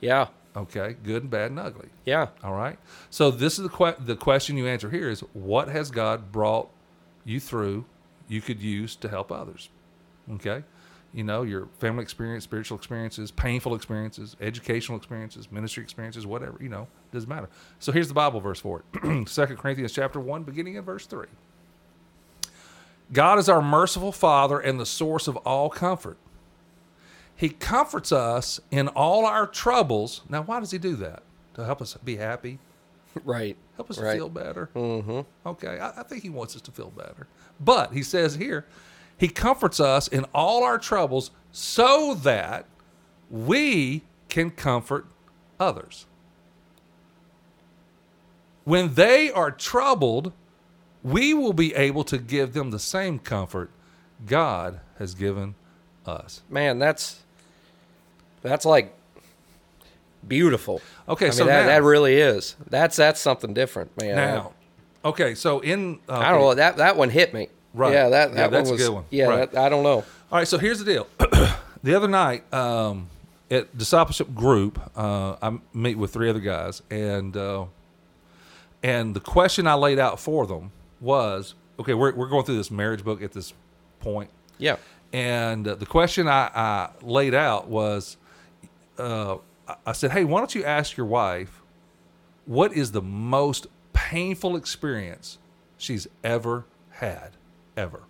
C: Yeah.
B: Okay, good and bad and ugly.
C: Yeah.
B: All right. So this is the que- the question you answer here is what has God brought you through you could use to help others? Okay? You know, your family experience, spiritual experiences, painful experiences, educational experiences, ministry experiences, whatever, you know, doesn't matter. So here's the Bible verse for it. Second Corinthians chapter 1 beginning in verse 3. God is our merciful Father and the source of all comfort. He comforts us in all our troubles. Now, why does he do that? To help us be happy,
C: Right.
B: help us
C: Right.
B: feel better. Mm-hmm. Okay, I, I think he wants us to feel better. But he says here, he comforts us in all our troubles so that we can comfort others. When they are troubled, we will be able to give them the same comfort God has given us.
C: Man, that's that's like beautiful.
B: Okay,
C: I
B: so
C: mean, that,
B: now-
C: that really is. That's that's something different, man.
B: Now, okay, so in uh,
C: I don't know. That that one hit me.
B: Right.
C: Yeah. That,
B: Yeah,
C: that
B: that's a
C: one was.
B: good one.
C: Yeah.
B: Right.
C: That, I don't know.
B: All right, so here's the deal. the other night um, at discipleship group, uh, I meet with three other guys, and uh, and the question I laid out for them was, okay, we're we're going through this marriage book at this point,
C: Yeah.
B: and uh, the question I, I laid out was, uh, I- I said, hey, why don't you ask your wife what is the most painful experience she's ever had, ever?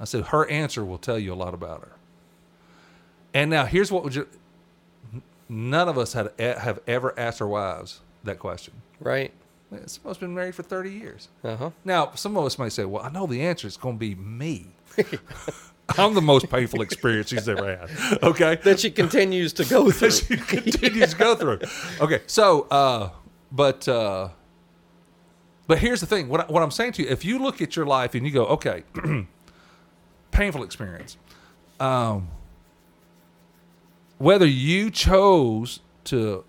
B: I said, her answer will tell you a lot about her. And now here's what would you, n- none of us had e- have ever asked our wives that question.
C: Right.
B: Man, Some of us been married for 30 years.
C: Uh huh.
B: Now, some of us may say, well, I know the answer is going to be me. I'm the most painful experience she's ever had. Okay.
C: That she continues to go through.
B: she continues to go through. Okay, so uh, but uh, but here's the thing. What I, what I'm saying to you, if you look at your life and you go, okay, painful experience. Um, whether you chose to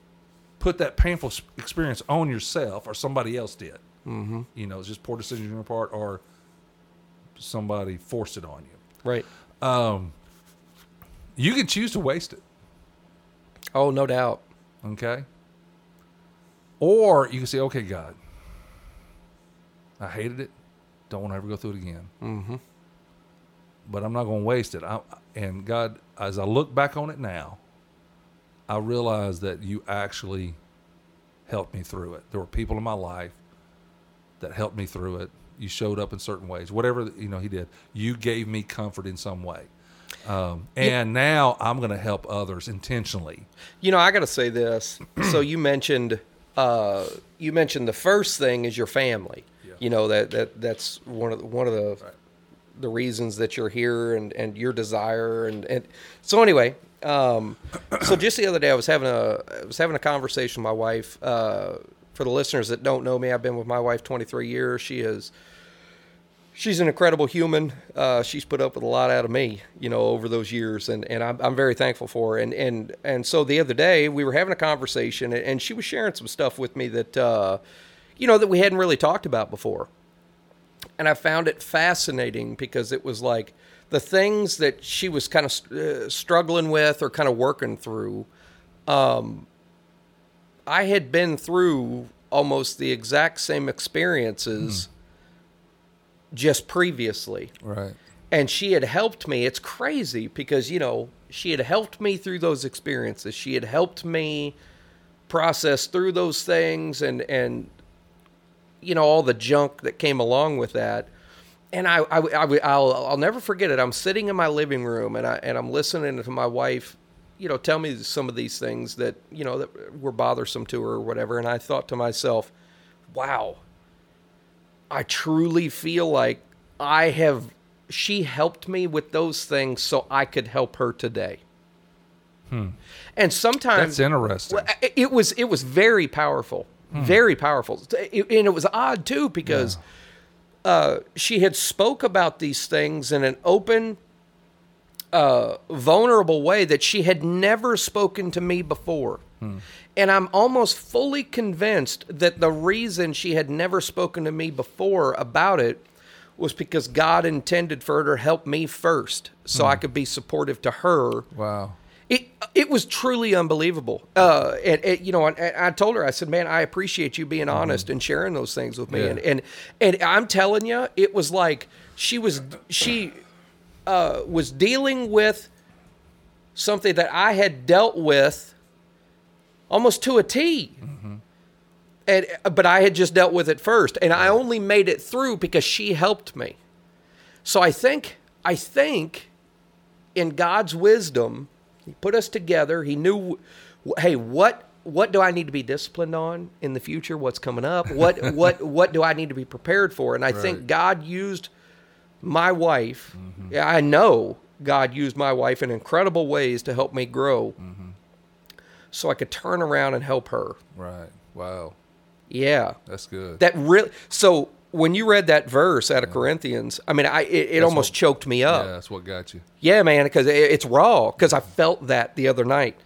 B: put that painful s- experience on yourself or somebody else did. Mm-hmm. You know, it's just poor decision on your part or somebody forced it on you.
C: Right.
B: Um, you can choose to waste it,
C: Oh, no doubt.
B: okay? Or you can say, okay, God, I hated it. Don't want to ever go through it again. Mm-hmm. But I'm not going to waste it. I, and God, as I look back on it now, I realize that you actually helped me through it. There were people in my life that helped me through it. You showed up in certain ways, whatever you know. He did. You gave me comfort in some way, um, and now I'm going to help others intentionally.
C: You know, I got to say this. so you mentioned uh, you mentioned the first thing is your family.
B: Yeah.
C: You know that that that's one of the, one of the the reasons that you're here and and your desire and and so anyway. Um, so just the other day, I was having a I was having a conversation with my wife. Uh, for the listeners that don't know me, I've been with my wife 23 years. She is she's an incredible human. Uh, she's put up with a lot out of me, you know, over those years, and, and I'm, I'm very thankful for her. And and and so the other day we were having a conversation, and- and she was sharing some stuff with me that, uh, you know, that we hadn't really talked about before. And I found it fascinating because it was like the things that she was kind of uh, struggling with or kind of working through. um, I had been through almost the exact same experiences just previously
B: Right.
C: and she had helped me it's crazy because you know she had helped me through those experiences she had helped me process through those things and and you know all the junk that came along with that and I, I, I I'll, I'll never forget it. I'm sitting in my living room and I and I'm listening to my wife, you know, tell me some of these things that you know that were bothersome to her or whatever. And I thought to myself, wow, I truly feel like I have. She helped me with those things so I could help her today. And sometimes
B: That's interesting.
C: well, I- it was it was very powerful, very powerful, It- and it was odd too because uh, she had spoke about these things in an open, uh, vulnerable way that she had never spoken to me before. And I'm almost fully convinced that the reason she had never spoken to me before about it was because God intended for her to help me first so I could be supportive to her
B: wow.
C: it it was truly unbelievable. Uh, and, and, you know, and, and I told her, I said, "Man, I appreciate you being honest and sharing those things with me."
B: Yeah.
C: And, and and I'm telling you, it was like she was she uh, was dealing with something that I had dealt with almost to a T. And but I had just dealt with it first, and I only made it through because she helped me. So I think I think in God's wisdom, He put us together. He knew, wh- hey, what what do I need to be disciplined on in the future? What's coming up? What what what do I need to be prepared for? And I think God used my wife. I know God used my wife in incredible ways to help me grow, so I could turn around and help her.
B: Right. Wow.
C: Yeah,
B: That's good.
C: that really. So when you read that verse out of Corinthians, I mean, I it, it almost
B: what-
C: choked me
B: yeah,
C: up.
B: that's what got you.
C: Yeah, man, because it's raw. Because I felt that the other night.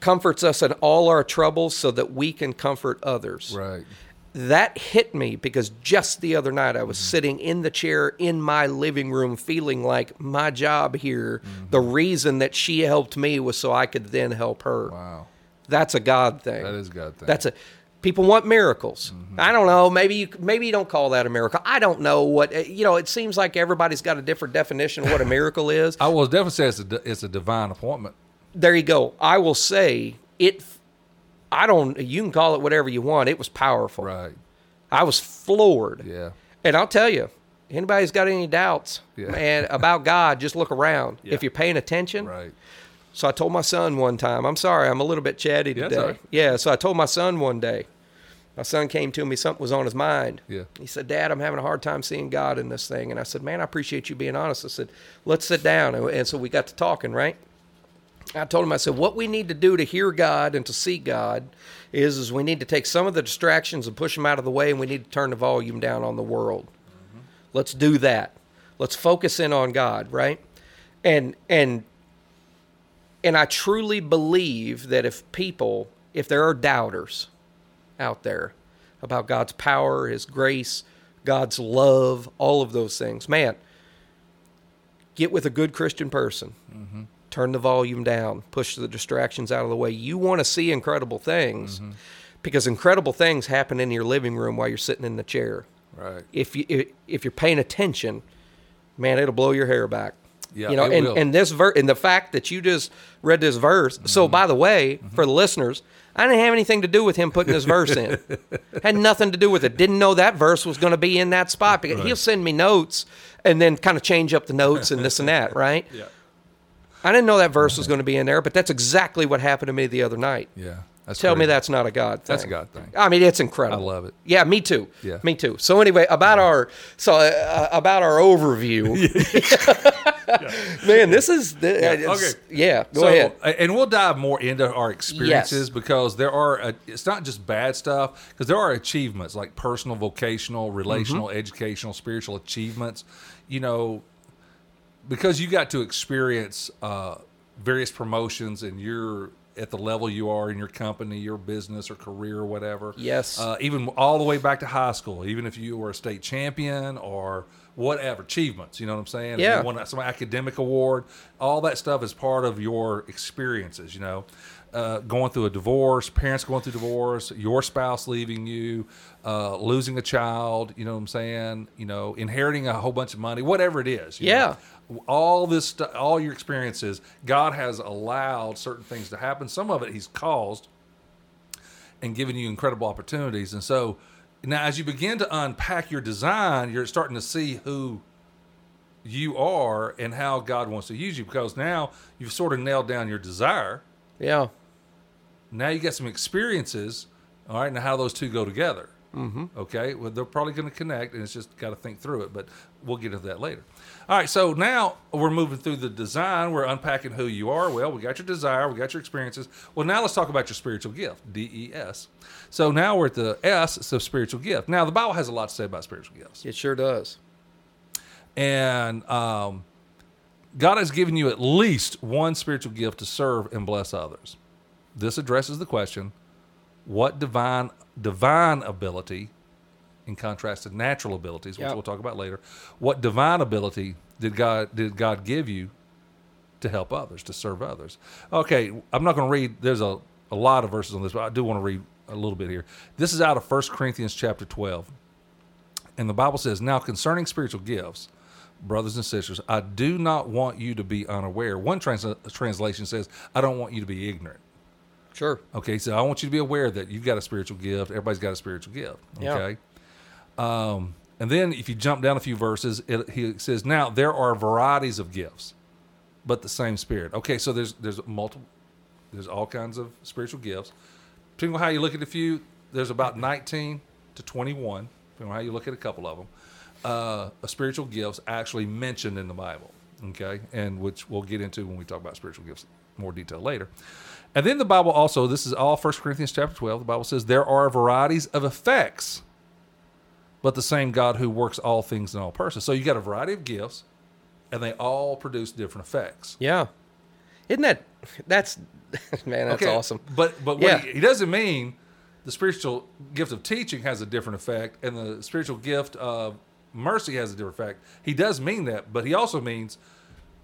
C: Comforts us in all our troubles so that we can comfort others.
B: Right.
C: That hit me because just the other night I was
B: Mm-hmm.
C: sitting in the chair in my living room feeling like my job here, the
B: Mm-hmm.
C: reason that she helped me was so I could then help her.
B: Wow.
C: That's a God thing.
B: That is God thing. Mm-hmm.
C: That's a people want miracles. I don't know. Maybe you maybe you don't call that a miracle. I don't know what you know. It seems like everybody's got a different definition of what a miracle is.
B: I will definitely say it's a di- it's a divine appointment.
C: there you go. I will say it. I don't. You can call it whatever you want. It was powerful.
B: Right.
C: I was floored.
B: Yeah.
C: And I'll tell you, anybody's got any doubts,
B: Yeah.
C: man, about God, just look around.
B: Yeah.
C: If you're paying attention,
B: Right.
C: so I told my son one time, I'm sorry, I'm a little bit chatty
B: Yeah,
C: today.
B: that's all right.
C: Yeah, so I told my son one day. My son came to me, something was on his mind.
B: Yeah.
C: He said, Dad, I'm having a hard time seeing God in this thing. And I said, Man, I appreciate you being honest. I said, Let's sit down. And- And so we got to talking, right? I told him, I said, What we need to do to hear God and to see God is, is we need to take some of the distractions and push them out of the way, and we need to turn the volume down on the world.
B: Mm-hmm.
C: Let's do that. Let's focus in on God, right? And and and I truly believe that if people if there are doubters out there about God's power, His grace, God's love, all of those things, man, get with a good Christian person. Turn the volume down, push the distractions out of the way. You want to see incredible things because incredible things happen in your living room while you're sitting in the chair.
B: Right.
C: If you if, if you're paying attention, man, it'll blow your hair back.
B: Yeah,
C: you know,
B: it
C: and,
B: will.
C: and this verse and the fact that you just read this verse. So
B: Mm-hmm.
C: by the way, for the listeners, I didn't have anything to do with him putting this verse in. Had nothing to do with it. Didn't know that verse was going to be in that spot because he'll send me notes and then kind of change up the notes and this and that, right?
B: Yeah.
C: I didn't know that verse was going to be in there, but that's exactly what happened to me the other night.
B: Yeah. That's
C: Tell me
B: crazy.
C: that's not a God thing.
B: That's a God thing.
C: I mean, it's incredible.
B: I love it.
C: Yeah, me too.
B: Yeah.
C: me too. So anyway, about our so uh, about our overview. Man, this is the,
B: Okay.
C: Yeah, go
B: so,
C: ahead.
B: a- And we'll dive more into our experiences because there are, a, it's not just bad stuff, because there are achievements like personal, vocational,
C: Mm-hmm.
B: relational, educational, spiritual achievements. You know, because you got to experience uh, various promotions and you're at the level you are in your company, your business, or career, or whatever.
C: Yes.
B: Uh, even all the way back to high school, even if you were a state champion or whatever, achievements, you know what I'm saying?
C: Yeah.
B: You won some academic award, all that stuff is part of your experiences, you know? Uh, going through a divorce, parents going through divorce, your spouse leaving you, uh, losing a child, you know what I'm saying? You know, inheriting a whole bunch of money, whatever it is. you
C: Yeah.
B: know? all this stuff, all your experiences, God has allowed certain things to happen. Some of it He's caused and given you incredible opportunities. And so now, as you begin to unpack your design, you're starting to see who you are and how God wants to use you because now you've sort of nailed down your desire.
C: yeah,
B: Now you got some experiences. All right. Now, how those two go together. Mm-hmm. Okay. Well, they're probably going to connect, and it's just got to think through it, but we'll get into that later. All right. So now we're moving through the design. We're unpacking who you are. Well, we got your desire, we got your experiences. Well, now let's talk about your spiritual gift, D E S. So now we're at the S, so spiritual gift. Now, the Bible has a lot to say about spiritual gifts.
C: it sure does.
B: And um, God has given you at least one spiritual gift to serve and bless others. This addresses the question what divine divine ability, in contrast to natural abilities, which
C: Yeah.
B: we'll talk about later, what divine ability did God did God give you to help others, to serve others. Okay, I'm not going to read. There's a, a lot of verses on this, but I do want to read a little bit here. This is out of 1 Corinthians chapter 12. And the Bible says, Now concerning spiritual gifts, brothers and sisters, I do not want you to be unaware. One trans- translation says, I don't want you to be ignorant.
C: Sure.
B: Okay, so I want you to be aware that you've got a spiritual gift. Everybody's got a spiritual gift. Okay.
C: Yeah.
B: Um, and then if you jump down a few verses, it, he says, "Now there are varieties of gifts, but the same Spirit." Okay, so there's there's multiple, there's all kinds of spiritual gifts. Depending on how you look at a few, there's about 19 to 21. Depending on how you look at a couple of them, uh, of spiritual gifts actually mentioned in the Bible. Okay, and which we'll get into when we talk about spiritual gifts in more detail later. And then the Bible also, this is all 1 Corinthians chapter 12. The Bible says there are varieties of effects but the same God who works all things in all persons. So you got a variety of gifts, and they all produce different effects.
C: Yeah, isn't that that's man? That's awesome.
B: But but what
C: Yeah.
B: he, he doesn't mean the spiritual gift of teaching has a different effect, and the spiritual gift of mercy has a different effect. He does mean that, but he also means,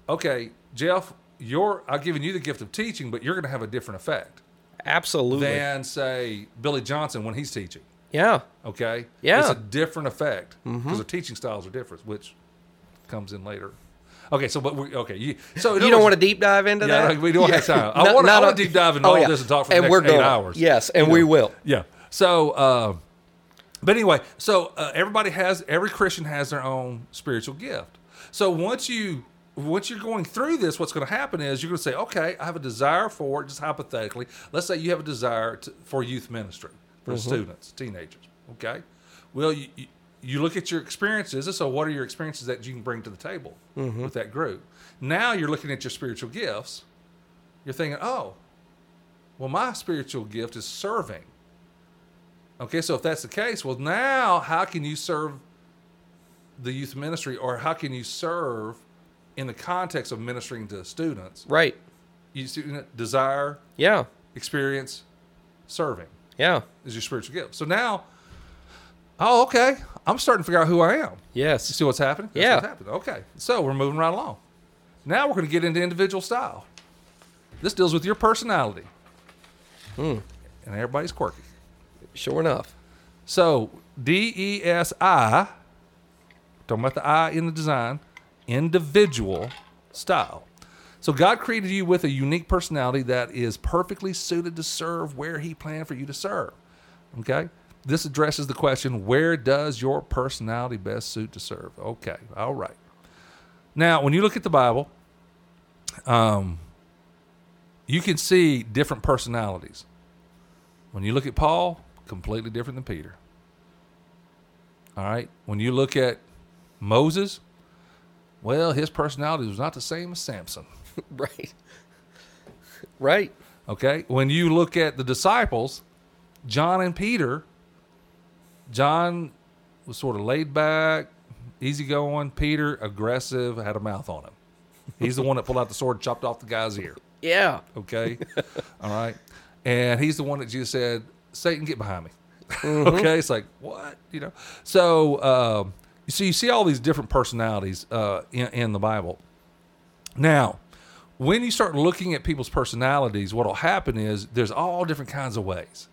B: okay, Jeff, you're I've given you the gift of teaching, but you're going to have a different effect
C: Absolutely.
B: than say Billy Johnson when he's teaching.
C: yeah.
B: Okay.
C: Yeah. Mm-hmm.
B: It's a different effect because the teaching styles are different, which comes in later. Okay, so but we okay. You, so
C: You don't want to deep dive into
B: Yeah,
C: that.
B: we don't have time. I
C: Not-
B: wanna- I
C: not
B: wanna
C: a- Oh,
B: deep dive into all this and talk for the next
C: we're
B: eight
C: going.
B: hours.
C: Yes, and we will.
B: Yeah. So, uh, but anyway, so uh, everybody has every Christian has their own spiritual gift. So once you once you're going through this, what's going to happen is you're going to say, okay, I have a desire for just hypothetically. Let's say you have a desire to, for youth ministry for students, teenagers. Okay. Well, you, you you look at your experiences. and So, what are your experiences that you can bring to the table with that group? Now you're looking at your spiritual gifts. You're thinking, oh, well, my spiritual gift is serving. Okay, so if that's the case, well, now how can you serve the youth ministry or how can you serve in the context of ministering to students?
C: Right.
B: You see, desire,
C: Yeah.
B: experience, serving
C: Yeah.
B: is your spiritual gift. So now, oh, okay, I'm starting to figure out who I am. You
C: Yes.
B: see what's happening? That's
C: Yeah.
B: What's happening. Okay. So we're moving right along. Now we're going to get into individual style. This deals with your personality.
C: Hmm.
B: And everybody's quirky.
C: Sure enough.
B: So D E S I, talking about the I in the design, individual style. So God created you with a unique personality that is perfectly suited to serve where He planned for you to serve. Okay? This addresses the question where does your personality best suit to serve? Okay, all right. Now, when you look at the Bible, um, you can see different personalities. When you look at Paul, completely different than Peter. All right. When you look at Moses, well, his personality was not the same as Samson.
C: Right. Right.
B: Okay. When you look at the disciples, John and Peter, John was sort of laid back, easygoing. Peter, aggressive, had a mouth on him. He's the one that pulled out the sword, and chopped off the guy's ear.
C: Yeah.
B: okay? All right. And he's the one that Jesus said, Satan, get behind me. okay. It's like, what? You know? So, um, so you see all these different personalities uh, in, in the Bible. Now, when you start looking at people's personalities, what'll happen is there's all different kinds of ways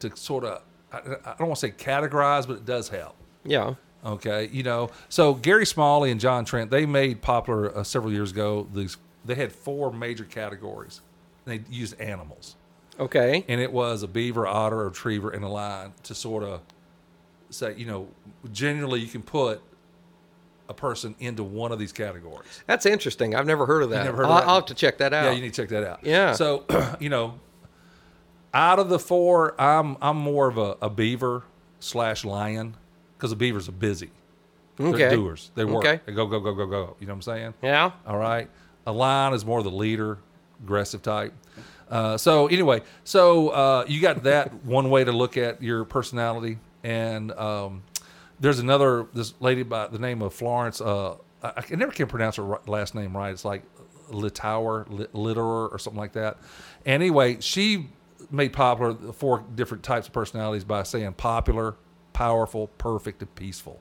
B: to sort of, I, I don't want to say categorize, but it does help.
C: Yeah.
B: Okay, you know, so Gary Smalley and John Trent they made popular uh, several years ago. These they had four major categories. They used animals,
C: Okay.
B: and it was a beaver, otter, a retriever, and a lion to sort of say, you know, generally you can put a person into one of these categories.
C: That's interesting. I've never heard of that.
B: never heard of
C: I'll,
B: that?
C: I'll have to check that out.
B: Yeah, you need to check that out.
C: Yeah.
B: So, you know, out of the four, I'm I'm more of a, a beaver slash lion because a beaver's a busy. They're
C: Okay.
B: doers. They work.
C: Okay.
B: They go, go, go, go, go. You know what I'm saying?
C: Yeah.
B: All right. A lion is more the leader, aggressive type. Uh, so anyway, so uh, you got that one way to look at your personality, and um, there's another this lady by the name of Florence. Uh, I, I can- never can pronounce her ri- last name right. It's like Litauer, Lit- Litterer, or something like that. Anyway, she made popular the four different types of personalities by saying popular, powerful, perfect, and peaceful.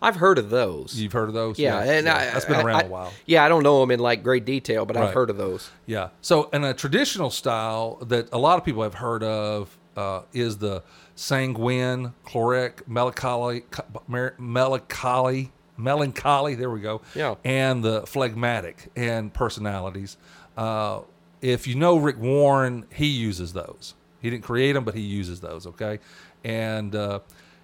C: I've heard of those.
B: You've heard of those?
C: yeah, and I,
B: that's been
C: I-
B: around
C: I-
B: a while.
C: Yeah, I don't know them in like great detail, but I've
B: Right.
C: heard of those.
B: Yeah. So, and a traditional style that a lot of people have heard of uh, is the sanguine, chloric, melancholy, mer- melancholy, melancholy. There we go.
C: Yeah.
B: And the phlegmatic and personalities. Uh, if you know Rick Warren, he uses those. He didn't create them, but he uses those. Okay. And uh,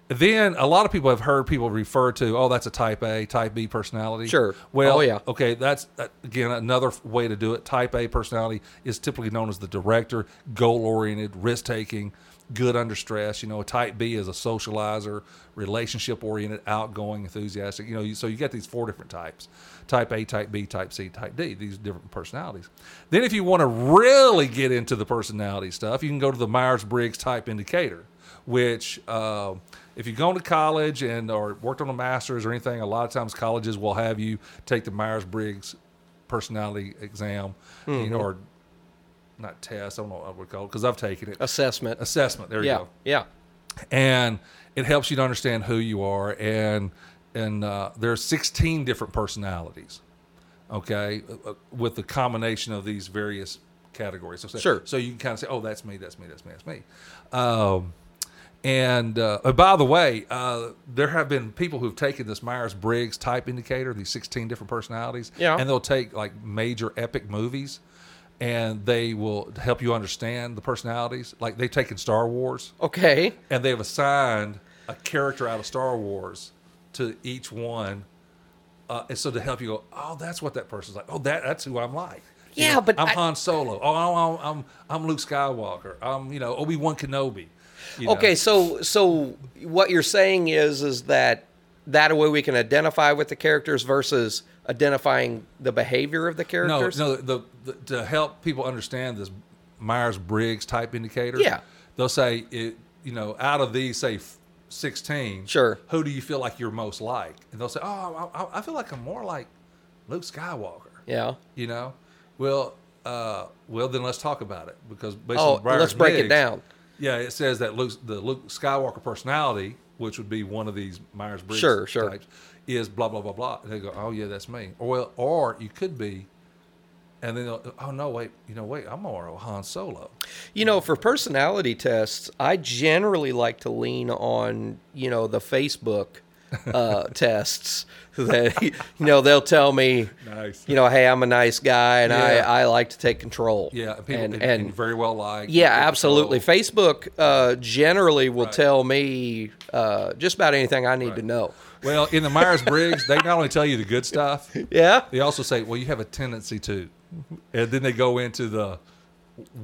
B: then a lot of people have heard people refer to, oh, that's a type A, type B personality.
C: Sure.
B: Well,
C: Oh, yeah.
B: okay, that's uh, again another f- way to do it. Type A personality is typically known as the director, goal oriented, risk taking, good under stress. You know, a type B is a socializer, relationship oriented, outgoing, enthusiastic. You know, you, so you got these four different types type A, type B, type C, type D, these different personalities. Then, if you want to really get into the personality stuff, you can go to the Myers Briggs type indicator which uh, if you've gone to college and or worked on a master's or anything, a lot of times colleges will have you take the Myers Briggs personality exam, you know, or not test. I don't know what I would call it because I've taken it.
C: Assessment.
B: Assessment. There
C: yeah.
B: you go
C: Yeah.
B: and it helps you to understand who you are and and uh, there are 16 different personalities okay uh, uh, with the combination of these various categories so, so-
C: Sure.
B: so you can kind of say oh that's me that's me that's me that's me um, and uh, oh, by the way, uh, there have been people who've taken this Myers Briggs type indicator, these 16 different personalities,
C: Yeah.
B: and they'll take like major epic movies and they will help you understand the personalities. Like they've taken Star Wars
C: Okay.
B: and they've assigned a character out of Star Wars to each one, uh, and so to help you go, oh, that's what that person's like. Oh, that that's who I'm like. You
C: Yeah,
B: know,
C: but
B: I'm
C: I-
B: Han Solo. Oh, I'm, I'm I'm Luke Skywalker. I'm you know Obi Wan Kenobi. you know.
C: Okay. So so what you're saying is is that that a way we can identify with the characters versus identifying the behavior of the
B: no,
C: characters.
B: no, the, the to help people understand this Myers Briggs type indicator.
C: Yeah.
B: they'll say it. You know, out of these, say. f- 16
C: Sure.
B: who do you feel like you're most like and they'll say oh I- I, I feel like i'm more like luke skywalker
C: Yeah.
B: you know well uh well then let's talk about it because based
C: Oh,
B: on Briar's
C: let's break it
B: Miggs,
C: down.
B: Yeah, it says that Luke, the Luke Skywalker personality, which would be one of these Myers Briggs
C: Sure, sure.
B: types, is blah blah blah blah. And they go, oh yeah, that's me. Or well, or you could be, and then they'll, oh no, wait, you know, wait, I'm more Han Solo.
C: You know, for personality tests, I generally like to lean on, you know, the Facebook uh, tests that, you know, they'll tell me,
B: Nice.
C: you know, hey, I'm a nice guy and
B: Yeah.
C: I, I like to take control.
B: Yeah, and people
C: And,
B: and,
C: and
B: very well liked.
C: yeah,
B: People
C: absolutely.
B: follow.
C: Facebook uh, generally will
B: Right.
C: tell me uh, just about anything I need to know.
B: Well, in the Myers Briggs, they not only tell you the good stuff,
C: Yeah.
B: they also say, well, you have a tendency to, and then they go into the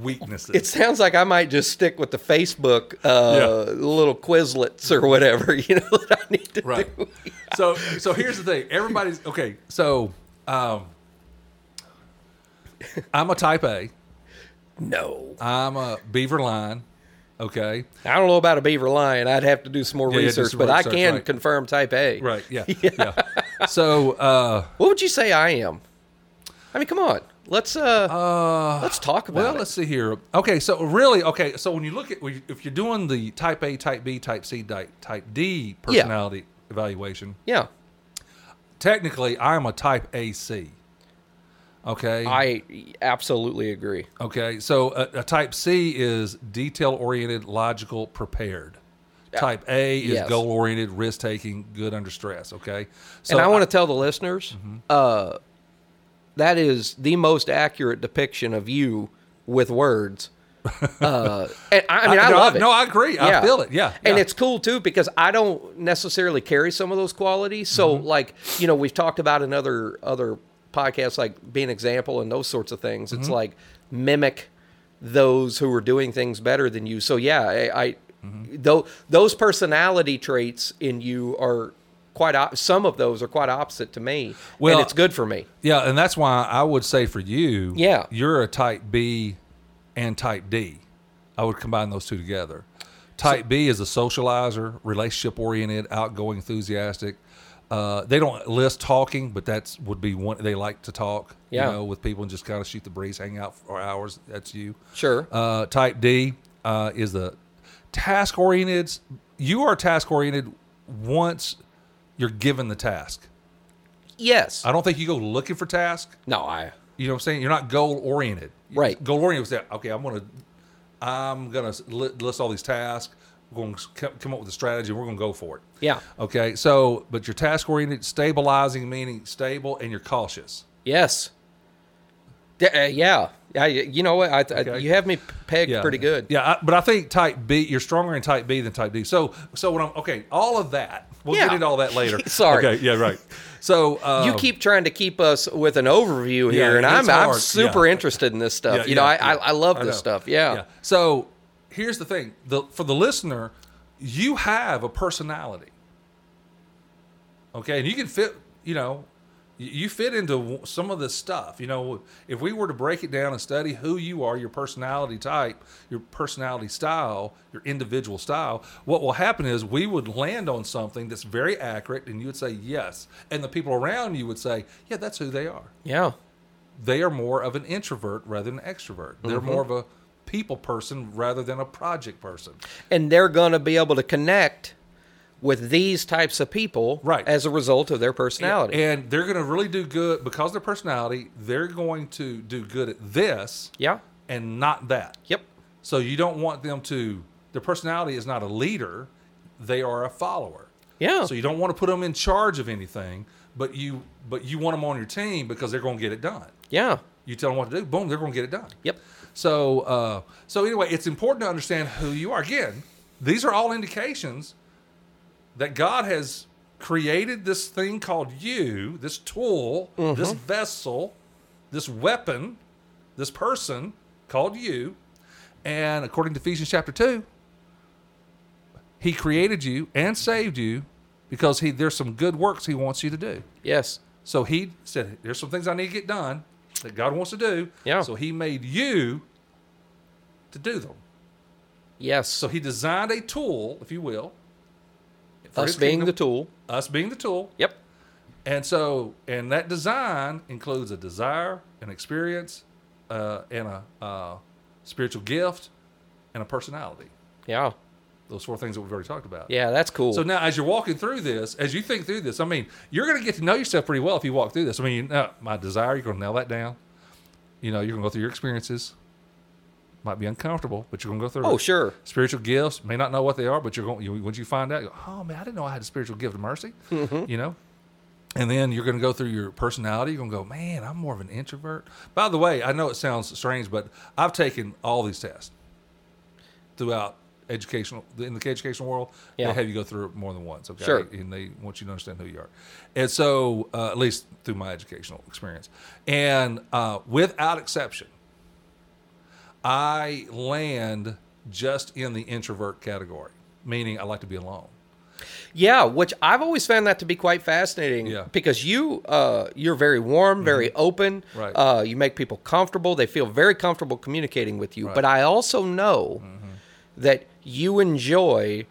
B: weaknesses.
C: It sounds like I might just stick with the Facebook uh, little Quizlets or whatever, you know, that I need to
B: right.
C: do.
B: So so here's the thing. Everybody's okay. So um, I'm a Type A.
C: No.
B: I'm a Beaver Line. Okay.
C: I don't know about a beaver lion. I'd have to do some more
B: Yeah, yeah, do
C: research,
B: some
C: but
B: research,
C: I can
B: right.
C: confirm type A.
B: Right. Yeah. Yeah. So uh,
C: What would you say I am? I mean, come on. Let's uh,
B: uh,
C: let's talk about
B: well,
C: it.
B: let's see here. Okay. So really, okay. So when you look at when you- if you're doing the Type A, Type B, Type C, Type Type D
C: Yeah.
B: personality evaluation,
C: yeah.
B: technically I'm a Type AC. Okay.
C: I absolutely agree.
B: Okay, so a, a type C is detail oriented, logical, prepared. Type A is
C: Yes.
B: goal oriented, risk taking, good under stress. Okay, so Mm-hmm.
C: and I want to tell the listeners uh, that is the most accurate depiction of you with words. Uh, and I, I mean, I,
B: no,
C: love it.
B: No, I agree. I feel it. Yeah,
C: And
B: yeah.
C: it's cool too because I don't necessarily carry some of those qualities. So
B: Mm-hmm.
C: like, you know, we've talked about in other other podcasts like being an example and those sorts of things.
B: Mm-hmm.
C: It's like mimic those who are doing things better than you. So yeah, I, I
B: Mm-hmm.
C: though those personality traits in you are quite op- some of those are quite opposite to me.
B: Well-
C: and it's good for me.
B: yeah, and that's why I would say for you,
C: Yeah.
B: you're a type B and type D. I would combine those two together. Type B is a socializer, relationship oriented, outgoing, enthusiastic. Uh, they don't list talking, but that's would be one. They like to talk,
C: Yeah.
B: you know, with people and just kind of shoot the breeze, hang out for hours. That's you.
C: Sure.
B: Uh, type D uh, is the task oriented. You are task oriented once you're given the task.
C: yes.
B: I don't think you go looking for tasks.
C: no, I
B: You know what I'm saying? You're not goal oriented.
C: Right.
B: Goal oriented was that okay? I'm gonna, I'm gonna li- list all these tasks. We're gonna c- come up with a strategy. We're gonna go for it.
C: yeah.
B: Okay. So, but you're task oriented, stabilizing meaning stable, and you're cautious.
C: Yes. D- uh, yeah. I, you know what? I, I-
B: Okay.
C: you have me pegged pretty good.
B: Yeah, I, but I think type B, you're stronger in type B than type D. So, so when I'm okay, all of that, we'll
C: Yeah.
B: get into all that later.
C: Sorry.
B: Okay. Yeah. Right. So um,
C: you keep trying to keep us with an overview
B: Yeah,
C: here, and I'm
B: it's
C: I'm
B: hard.
C: super
B: Yeah.
C: interested in this stuff.
B: Yeah,
C: you know,
B: yeah,
C: I, I
B: yeah.
C: I love
B: I
C: this
B: know.
C: stuff. Yeah.
B: So here's the thing: the for the listener, you have a personality. Okay, and you can fit. You know, you- you fit into w- some of this stuff. You know, if we were to break it down and study who you are, your personality type, your personality style, your individual style, what will happen is we would land on something that's very accurate, and you would say yes, and the people around you would say, yeah, that's who they are
C: yeah.
B: they are more of an introvert rather than an extrovert. They're
C: Mm-hmm.
B: more of a people person rather than a project person.
C: And they're going to be able to connect with these types of people,
B: Right.
C: As a result of their personality.
B: And they're going to really do good because of their personality, they're going to do good at this
C: yeah.
B: and not that.
C: Yep.
B: So you don't want them to, their personality is not a leader, they are a follower.
C: Yeah.
B: So you don't want to put them in charge of anything, but you but you want them on your team because they're going to get it done.
C: yeah.
B: You tell them what to do, boom, they're going to get it done.
C: Yep.
B: So, uh, so anyway, it's important to understand who you are. Again, these are all indications that God has created this thing called you, this tool, this vessel, this weapon, this person called you. And according to Ephesians chapter 2, he created you and saved you because he there's some good works he wants you to do.
C: Yes.
B: So he said, "There's some things I need to get done that God wants to do."
C: Yeah.
B: So he made you to do them.
C: Yes.
B: So he designed a tool, if you will, for
C: us
B: his
C: being the
B: kingdom,
C: tool.
B: us being the tool,
C: Yep.
B: and so and that design includes a desire, an experience, uh, and a uh, spiritual gift, and a personality.
C: Yeah.
B: Those four things that we've already talked about.
C: Yeah, that's cool.
B: So now, as you're walking through this, as you think through this, I mean, you're going to get to know yourself pretty well if you walk through this. I mean, uh, my desire, you're going to nail that down. You know, you're going to go through your experiences. Might be uncomfortable, but you're going to go through.
C: oh,
B: it.
C: sure.
B: Spiritual gifts may not know what they are, but you're going. You, once you find out, you go, oh man, I didn't know I had a spiritual gift of mercy.
C: Mm-hmm.
B: You know, and then you're going to go through your personality. You're going to go, man, I'm more of an introvert. By the way, I know it sounds strange, but I've taken all these tests throughout educational in the educational world.
C: Yeah.
B: They have you go through it more than once. Okay,
C: Sure.
B: and they want you to understand who you are. And so, uh, at least through my educational experience, and uh, without exception, I land just in the introvert category, meaning I like to be alone.
C: Yeah, which I've always found that to be quite fascinating.
B: Yeah. Mm-hmm.
C: Because you uh, you're very warm, very open.
B: Right.
C: Uh, you make people comfortable. They feel very comfortable communicating with you. But I also know
B: Mm-hmm.
C: that you enjoy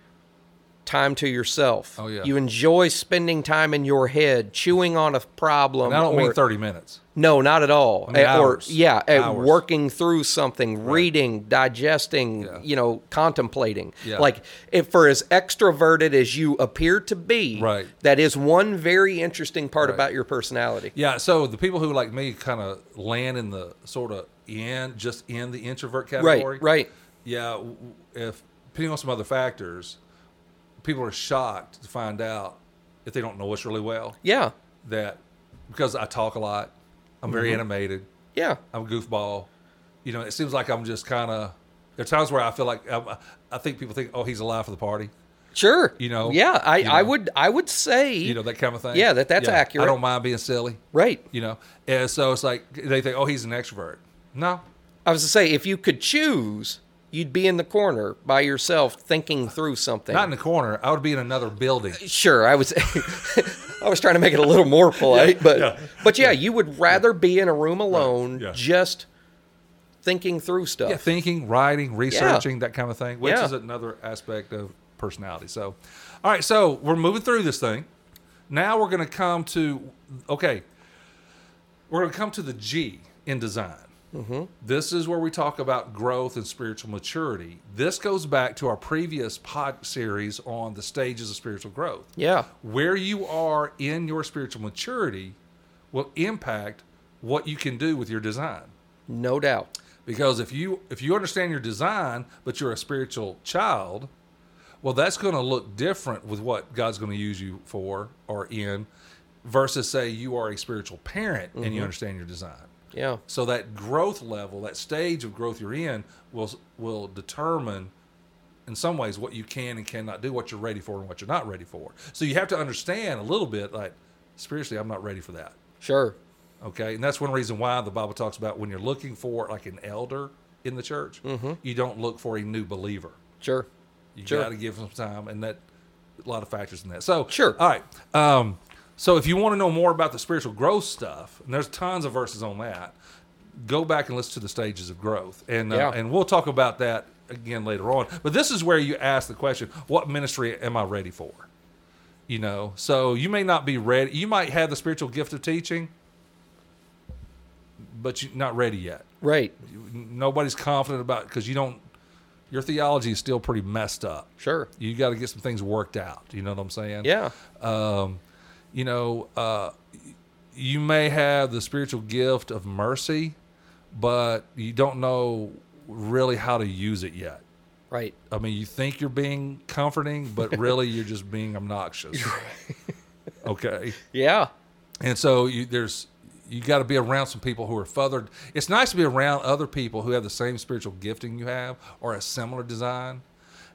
C: time to yourself.
B: Oh, yeah.
C: You enjoy spending time in your head, chewing on a problem.
B: And I don't mean
C: or-
B: thirty minutes.
C: No, not at all.
B: mean,
C: Uh, or
B: hours.
C: yeah, uh,
B: Hours.
C: working through something, reading, digesting,
B: Yeah.
C: you know, contemplating.
B: Yeah.
C: Like if for as extroverted as you appear to be,
B: Right.
C: that is one very interesting part
B: Right.
C: about your personality.
B: Yeah, so the people who like me kind of land in the sort of in just in the introvert
C: Right,
B: category.
C: right.
B: Yeah, w- w- if depending on some other factors, people are shocked to find out if they don't know us really well
C: Yeah.
B: that because I talk a lot, I'm very
C: Mm-hmm.
B: animated,
C: Yeah.
B: I'm a goofball. You know, it seems like I'm just kind of. There are times where I feel like I'm, I think people think, oh, he's alive for the party.
C: Sure.
B: You know,
C: Yeah, I,
B: you
C: I
B: know.
C: would I would say
B: You know that kind of thing.
C: Yeah, that- that's accurate.
B: I don't mind being silly.
C: Right.
B: You know, and so it's like they think, oh, he's an extrovert. No,
C: I was to say if you could choose, you'd be in the corner by yourself thinking through something.
B: Not in the corner. I would be in another building.
C: Sure, I was. I was trying to make it a little more polite, but but yeah, you would rather be in a room alone,
B: yeah.
C: just thinking through stuff.
B: Yeah, thinking, writing, researching, that kind of thing, which
C: Yeah.
B: is another aspect of personality. So, all right, so we're moving through this thing. Now we're going to come to okay. We're going to come to the G in design. This is where we talk about growth and spiritual maturity. This goes back to our previous pod series on the stages of spiritual growth.
C: yeah,
B: where you are in your spiritual maturity will impact what you can do with your design
C: no doubt.
B: because if you if you understand your design but you're a spiritual child well that's going to look different with what god's going to use you for or in versus say you are a spiritual parent and you understand your design
C: Yeah,
B: so that growth level that stage of growth you're in will will determine in some ways what you can and cannot do what you're ready for and what you're not ready for so you have to understand a little bit like spiritually i'm not ready for that
C: sure.
B: okay and that's one reason why the bible talks about when you're looking for like an elder in the church you don't look for a new believer
C: Sure.
B: you
C: Sure.
B: got to give them time, and that a lot of factors in that. So
C: Sure.
B: all right. Um, so if you want to know more about the spiritual growth stuff, and there's tons of verses on that. Go back and listen to the stages of growth, and uh,
C: Yeah.
B: and we'll talk about that again later on. But this is where you ask the question: What ministry am I ready for? You know, so you may not be ready. You might have the spiritual gift of teaching, but you're not ready yet
C: Right.
B: nobody's confident about because you don't your theology is still pretty messed up
C: Sure.
B: you got to get some things worked out you know what i'm saying
C: Yeah.
B: um you know uh y- you may have the spiritual gift of mercy but you don't know really how to use it yet
C: Right.
B: i mean you think you're being comforting but really you're just being obnoxious okay
C: Yeah.
B: and so you, there's you got to be around some people who are feathered. It's nice to be around other people who have the same spiritual gifting you have or a similar design.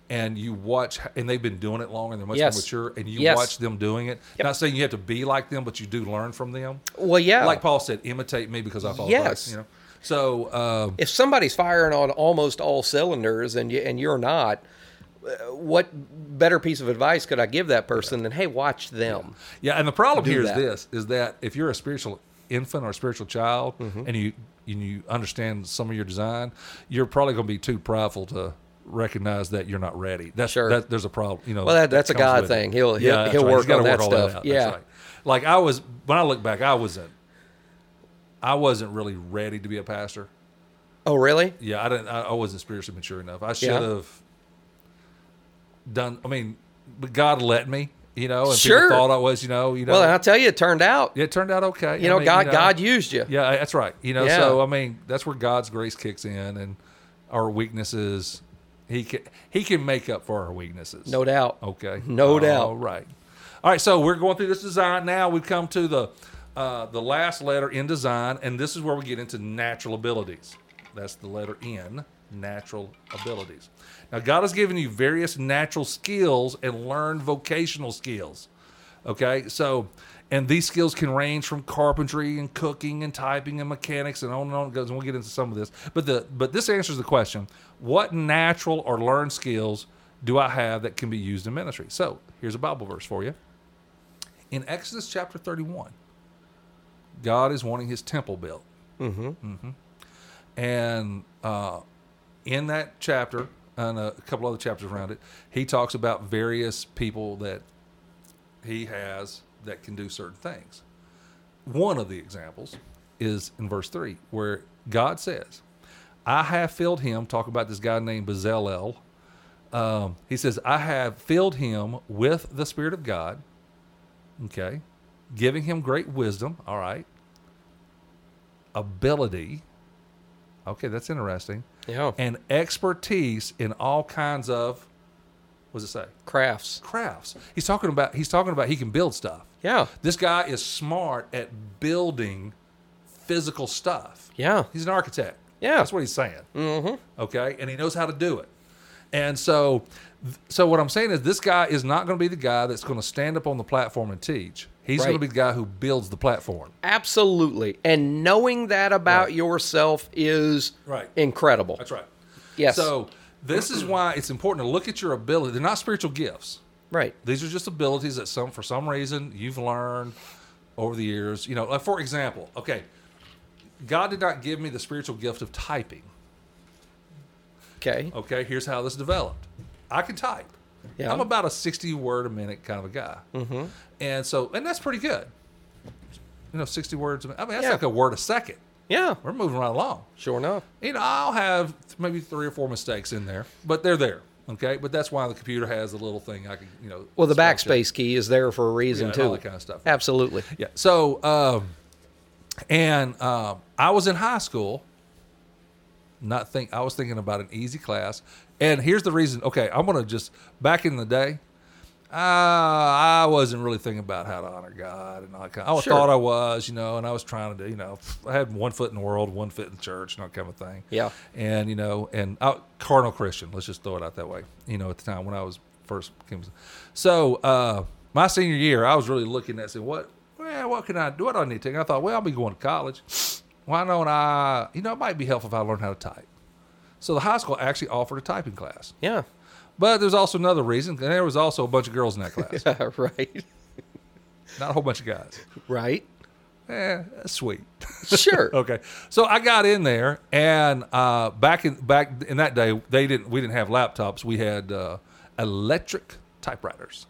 B: And you watch, and they've been doing it long, and they're much
C: Yes.
B: more mature. And you
C: Yes.
B: watch them doing it. Not saying you have to be like them, but you do learn from them.
C: Well, yeah.
B: Like Paul said, imitate me because I follow
C: Yes.
B: Christ. You know, so um,
C: if somebody's firing on almost all cylinders and you, and you're not, uh, what better piece of advice could I give that person than hey, watch them?
B: Yeah, and the problem
C: do
B: here is
C: that.
B: this: is that if you're a spiritual infant or a spiritual child,
C: Mm-hmm.
B: and you and you understand some of your design, you're probably going to be too prideful to recognize that you're not ready. That's
C: Sure.
B: that, there's a problem. You know,
C: Well, that- that's a
B: comes
C: God
B: with it.
C: thing. He'll- he'll-
B: that's
C: he'll
B: He's
C: work
B: gotta
C: on that
B: all
C: stuff.
B: out.
C: Yeah.
B: right. like I was when I look back, I wasn't. I wasn't really ready to be a pastor.
C: Oh, really?
B: Yeah, I didn't. I I wasn't spiritually mature enough. I should
C: Yeah.
B: have. done. I mean, but God let me, you know. And
C: Sure.
B: people thought I was, you know, you know.
C: Well, and I'll tell you, it turned out.
B: it turned out okay.
C: you know,
B: I mean,
C: God, God used you.
B: Yeah, that's right. You know,
C: Yeah.
B: so I mean, that's where God's grace kicks in, and our weaknesses, he can he can make up for our weaknesses.
C: No doubt.
B: Okay.
C: No doubt.
B: All right. All right. So we're going through this design now. We've come to the uh, the last letter in design, and this is where we get into natural abilities. That's the letter N, natural abilities. Now, God has given you various natural skills and learned vocational skills. Okay. So, and these skills can range from carpentry and cooking and typing and mechanics and on and on it goes. And we'll get into some of this. But the but this answers the question: What natural or learned skills do I have that can be used in ministry? So here's a Bible verse for you. In Exodus chapter 31, God is wanting his temple built. Mm-hmm. And uh, in that chapter, and a couple other chapters around it, he talks about various people that he has that can do certain things. One of the examples is in verse 3, where God says, I have filled him, talking about this guy named Bezalel. Um, he says, I have filled him with the Spirit of God, okay, giving him great wisdom, all right, ability, okay, that's interesting,
C: Yeah.
B: and expertise in all kinds of, what does it say?
C: Crafts.
B: crafts. He's talking about he's talking about he can build stuff.
C: Yeah.
B: This guy is smart at building physical stuff.
C: Yeah.
B: He's an architect.
C: Yeah.
B: That's what he's saying. Mm-hmm. Okay. And he knows how to do it. And so, so what I'm saying is this guy is not going to be the guy that's going to stand up on the platform and teach. He's going
C: Right.
B: to be the guy who builds the platform.
C: Absolutely. And knowing that about yourself is
B: Right.
C: incredible.
B: That's right.
C: Yes.
B: So this is why it's important to look at your ability. They're not spiritual gifts.
C: right.
B: These are just abilities that some for some reason you've learned over the years. You know, like for example, okay, God did not give me the spiritual gift of typing.
C: Okay.
B: Okay, here's how this developed. I can type.
C: Yeah.
B: I'm about a 60 word a minute kind of a guy, mm-hmm. and so and that's pretty good. You know, 60 words. a minute. I mean, that's
C: Yeah.
B: like a word a second.
C: Yeah.
B: We're moving right along.
C: Sure enough.
B: You know, I'll have maybe three or four mistakes in there, but they're there. Okay, but that's why the computer has the little thing I can, you know.
C: Well, the
B: scratch it.
C: backspace key is there for a reason
B: Yeah, and
C: too.
B: all that kind of stuff.
C: Absolutely.
B: Yeah. So, um, and um, I was in high school. Not think I was thinking about an easy class, and here's the reason. Okay, I'm gonna just back in the day. Uh, I wasn't really thinking about how to honor God, and all that kind I
C: Sure.
B: thought I was, you know, and I was trying to do, you know, I had one foot in the world, one foot in church, and that kind of thing.
C: Yeah.
B: and you know, and I, carnal Christian. Let's just throw it out that way. You know, at the time when I was first came, so uh, my senior year, I was really looking at saying, what, well, what can I do? What do I need to take? And I thought, well, I'll be going to college. Why don't I? You know, it might be helpful if I learn how to type. So the high school actually offered a typing class.
C: Yeah.
B: But there's also another reason. and There was also a bunch of girls in that class,
C: right.
B: not a whole bunch of guys.
C: Right.
B: Eh, that's sweet.
C: Sure.
B: okay, so I got in there, and uh, back in back in that day, they didn't we didn't have laptops. We had uh, electric typewriters.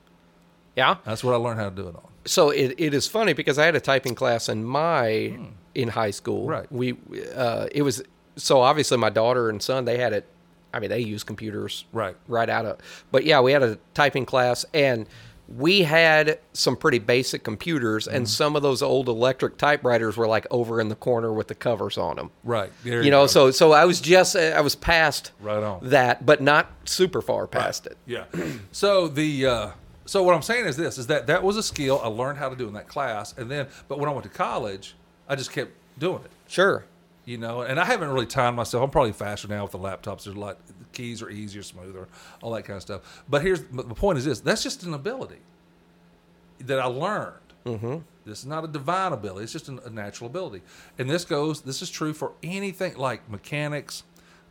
C: Yeah.
B: That's what I learned how to do it on.
C: So it, it is funny because I had a typing class in my in high school.
B: Hmm. Right.
C: We uh, it was so obviously my daughter and son they had it. I mean they use computers
B: Right.
C: right out of. But yeah, we had a typing class and we had some pretty basic computers
B: Mm-hmm.
C: and some of those old electric typewriters were like over in the corner with the covers on them.
B: Right. There
C: You know,
B: go.
C: so so I was just I was past
B: Right on.
C: that, but not super far past it.
B: Yeah. So the uh, so what I'm saying is this is that that was a skill I learned how to do in that class, and then but when I went to college, I just kept doing it.
C: Sure.
B: you know and i haven't really timed myself i'm probably faster now with the laptops there's a lot the keys are easier smoother all that kind of stuff but here's but the point is this that's just an ability that i learned mm-hmm. this is not a divine ability it's just an, a natural ability and this goes this is true for anything like mechanics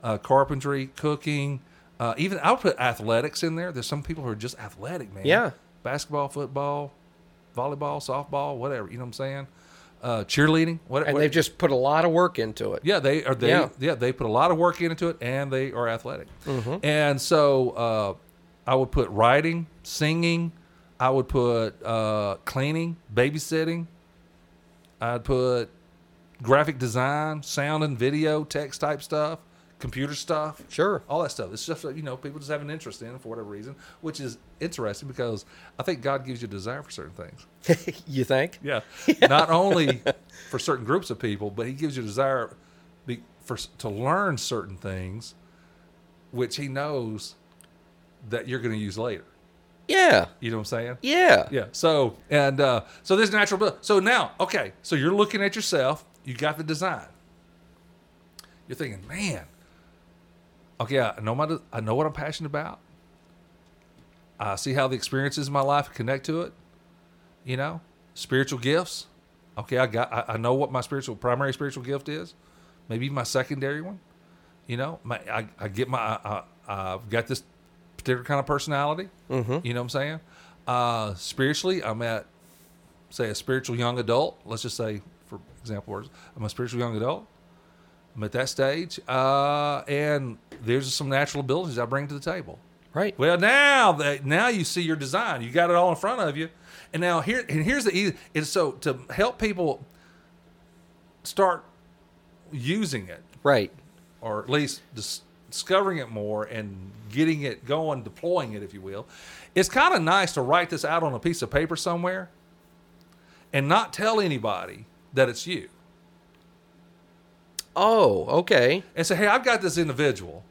B: uh, carpentry cooking uh, even i'll put athletics in there there's some people who are just athletic man
C: Yeah.
B: basketball football volleyball softball whatever you know what i'm saying uh, cheerleading whatever
C: And they've just put a lot of work into it.
B: yeah, they are. They
C: Yeah.
B: yeah. they put a lot of work into it, and they are athletic.
C: Mm-hmm.
B: And so, uh, I would put writing, singing. I would put uh, cleaning, babysitting. I'd put graphic design, sound and video, text type stuff, computer stuff,
C: Sure.
B: all that stuff. It's stuff that you know people just have an interest in for whatever reason, which is interesting because I think God gives you a desire for certain things.
C: you think?
B: Yeah, not only for certain groups of people, but He gives you a desire be, for to learn certain things, which He knows that you're going to use later.
C: Yeah.
B: You know what I'm saying?
C: Yeah.
B: Yeah. So and uh, so this natural bill. So now, okay. So you're looking at yourself. You got the design. You're thinking, man. Okay, I know my. I know what I'm passionate about. I see how the experiences in my life connect to it. You know, spiritual gifts. Okay, I got. I, I know what my spiritual primary spiritual gift is. Maybe even my secondary one. You know, my I, I get my. I, I, I've got this particular kind of personality. Mm-hmm. You know what I'm saying? Uh, spiritually, I'm at, say, a spiritual young adult. Let's just say, for example, words, I'm a spiritual young adult. I'm at that stage, uh, and there's some natural abilities I bring to the table.
C: Right.
B: Well, now that now you see your design, you got it all in front of you, and now here and here's the easy. And so to help people start using it,
C: Right.
B: or at least dis- discovering it more and getting it going, deploying it, if you will. It's kind of nice to write this out on a piece of paper somewhere and not tell anybody that it's you
C: Oh, okay.
B: and say, hey, I've got this individual.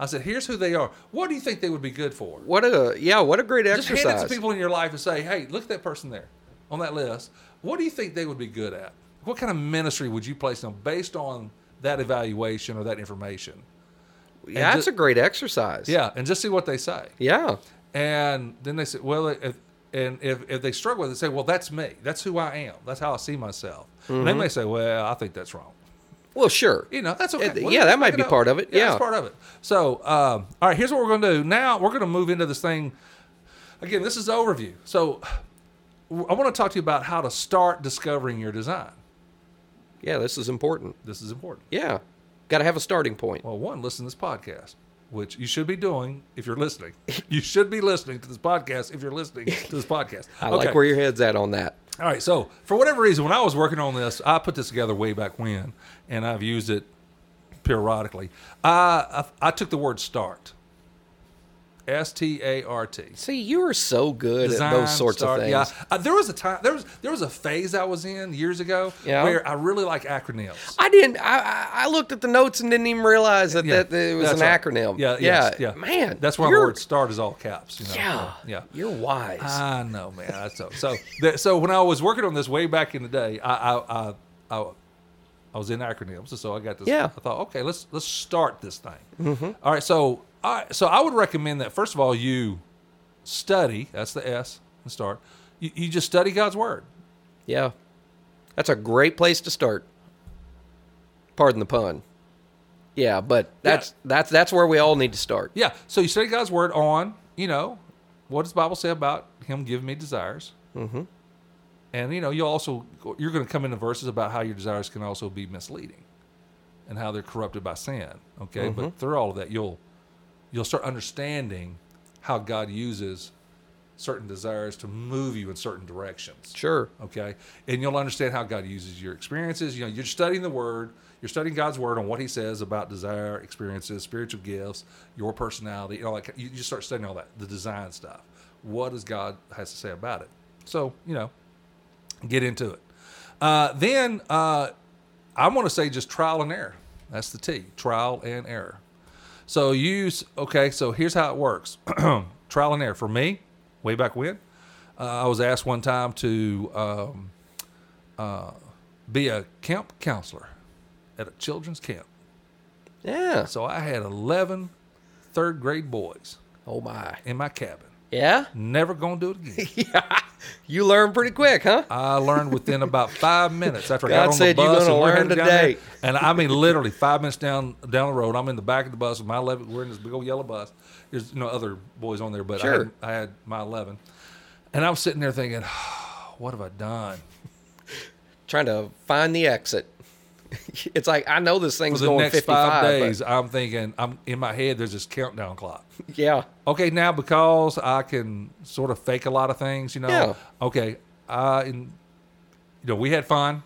B: I said, here's who they are. What do you think they would be good for?
C: What a yeah, what a great
B: Just hand it to
C: exercise.
B: people in your life and say, hey, look at that person there on that list. What do you think they would be good at? What kind of ministry would you place them based on that evaluation or that information?
C: yeah,
B: and
C: that's
B: ju-
C: a great exercise.
B: Yeah, and just see what they say.
C: Yeah.
B: And then they said, well, if, and if, if they struggle with it, say, well, that's me. That's who I am. That's how I see myself. And
C: Mm-hmm.
B: they may say, well, I think that's wrong.
C: Well, sure.
B: You know, that's okay.
C: Uh,
B: Well,
C: yeah, that might
B: check
C: be
B: out.
C: part of it. Yeah.
B: that's part of it. So, um, all right, here's what we're going to do. Now we're going to move into this thing. Again, this is overview. So, w- I want to talk to you about how to start discovering your design.
C: Yeah, this is important.
B: This is important.
C: Yeah. Got to have a starting point.
B: Well, one, listen to this podcast, which you should be doing if you're listening. you should be listening to this podcast if you're listening to this podcast.
C: I like where your head's at on that.
B: All right, so for whatever reason, when I was working on this, I put this together way back when, and I've used it periodically. I I, I took the word start, S T A R T,
C: See, you are so good at those sorts of things.
B: Yeah, Uh, there was a time there was there was a phase I was in years ago
C: Yeah.
B: where I really like acronyms.
C: I didn't. I- I, I looked at the notes and didn't even realize that,
B: Yeah,
C: that it was an
B: that's right.
C: acronym.
B: Yeah, yes, yeah,
C: Man,
B: that's why the
C: you're-
B: word start is all caps. You know?
C: Yeah,
B: yeah.
C: You're wise.
B: I know, man. I- So, so, that, so when I was working on this way back in the day, I, I, I, I, I was in acronyms, and so I got this.
C: Yeah.
B: I thought, okay, let's let's start this thing. All right, so, all right, so I would recommend that first of all you study. That's the S and start. You, you just study God's word.
C: yeah, that's a great place to start. Pardon the pun. Yeah, but that's that's that's where we all need to start.
B: Yeah. So you study God's word on, you know, what does the Bible say about Him giving me desires? Mm-hmm. And you know, you also you're going to come into verses about how your desires can also be misleading, and how they're corrupted by sin. Okay, but through all of that, you'll you'll start understanding how God uses certain desires to move you in certain directions
C: Sure.
B: okay and you'll understand how god uses your experiences you know you're studying the word you're studying god's word on what he says about desire experiences spiritual gifts your personality and all that you just start studying all that the design stuff what does god has to say about it so you know get into it uh, then uh, i want to say just trial and error that's the t trial and error so use okay. So here's how it works: trial and error. For me, way back when, uh, I was asked one time to um, uh, be a camp counselor at a children's camp.
C: Yeah.
B: So I had 11 third grade boys
C: Oh my.
B: in my cabin.
C: Yeah.
B: Never gonna do it again.
C: You learn pretty quick, huh?
B: I learned within about five minutes after I
C: God
B: got on
C: said
B: the
C: you
B: bus
C: gonna
B: and we're
C: learn
B: headed down there.
C: today.
B: And I mean, literally five minutes down down the road, I'm in the back of the bus with my 11. We're in this big old yellow bus. There's no other boys on there, but I, had,
C: Sure.
B: I had my 11, and I'm sitting there thinking, "What have I done?"
C: Trying to find the exit. It's like I know this
B: For
C: thing's
B: the
C: going
B: next
C: 55.
B: five
C: but-
B: days, I'm thinking, I'm in my head. There's this countdown clock.
C: yeah.
B: Okay, now because I can sort of fake a lot of things, you know.
C: Yeah.
B: Okay, I and you know we had fun.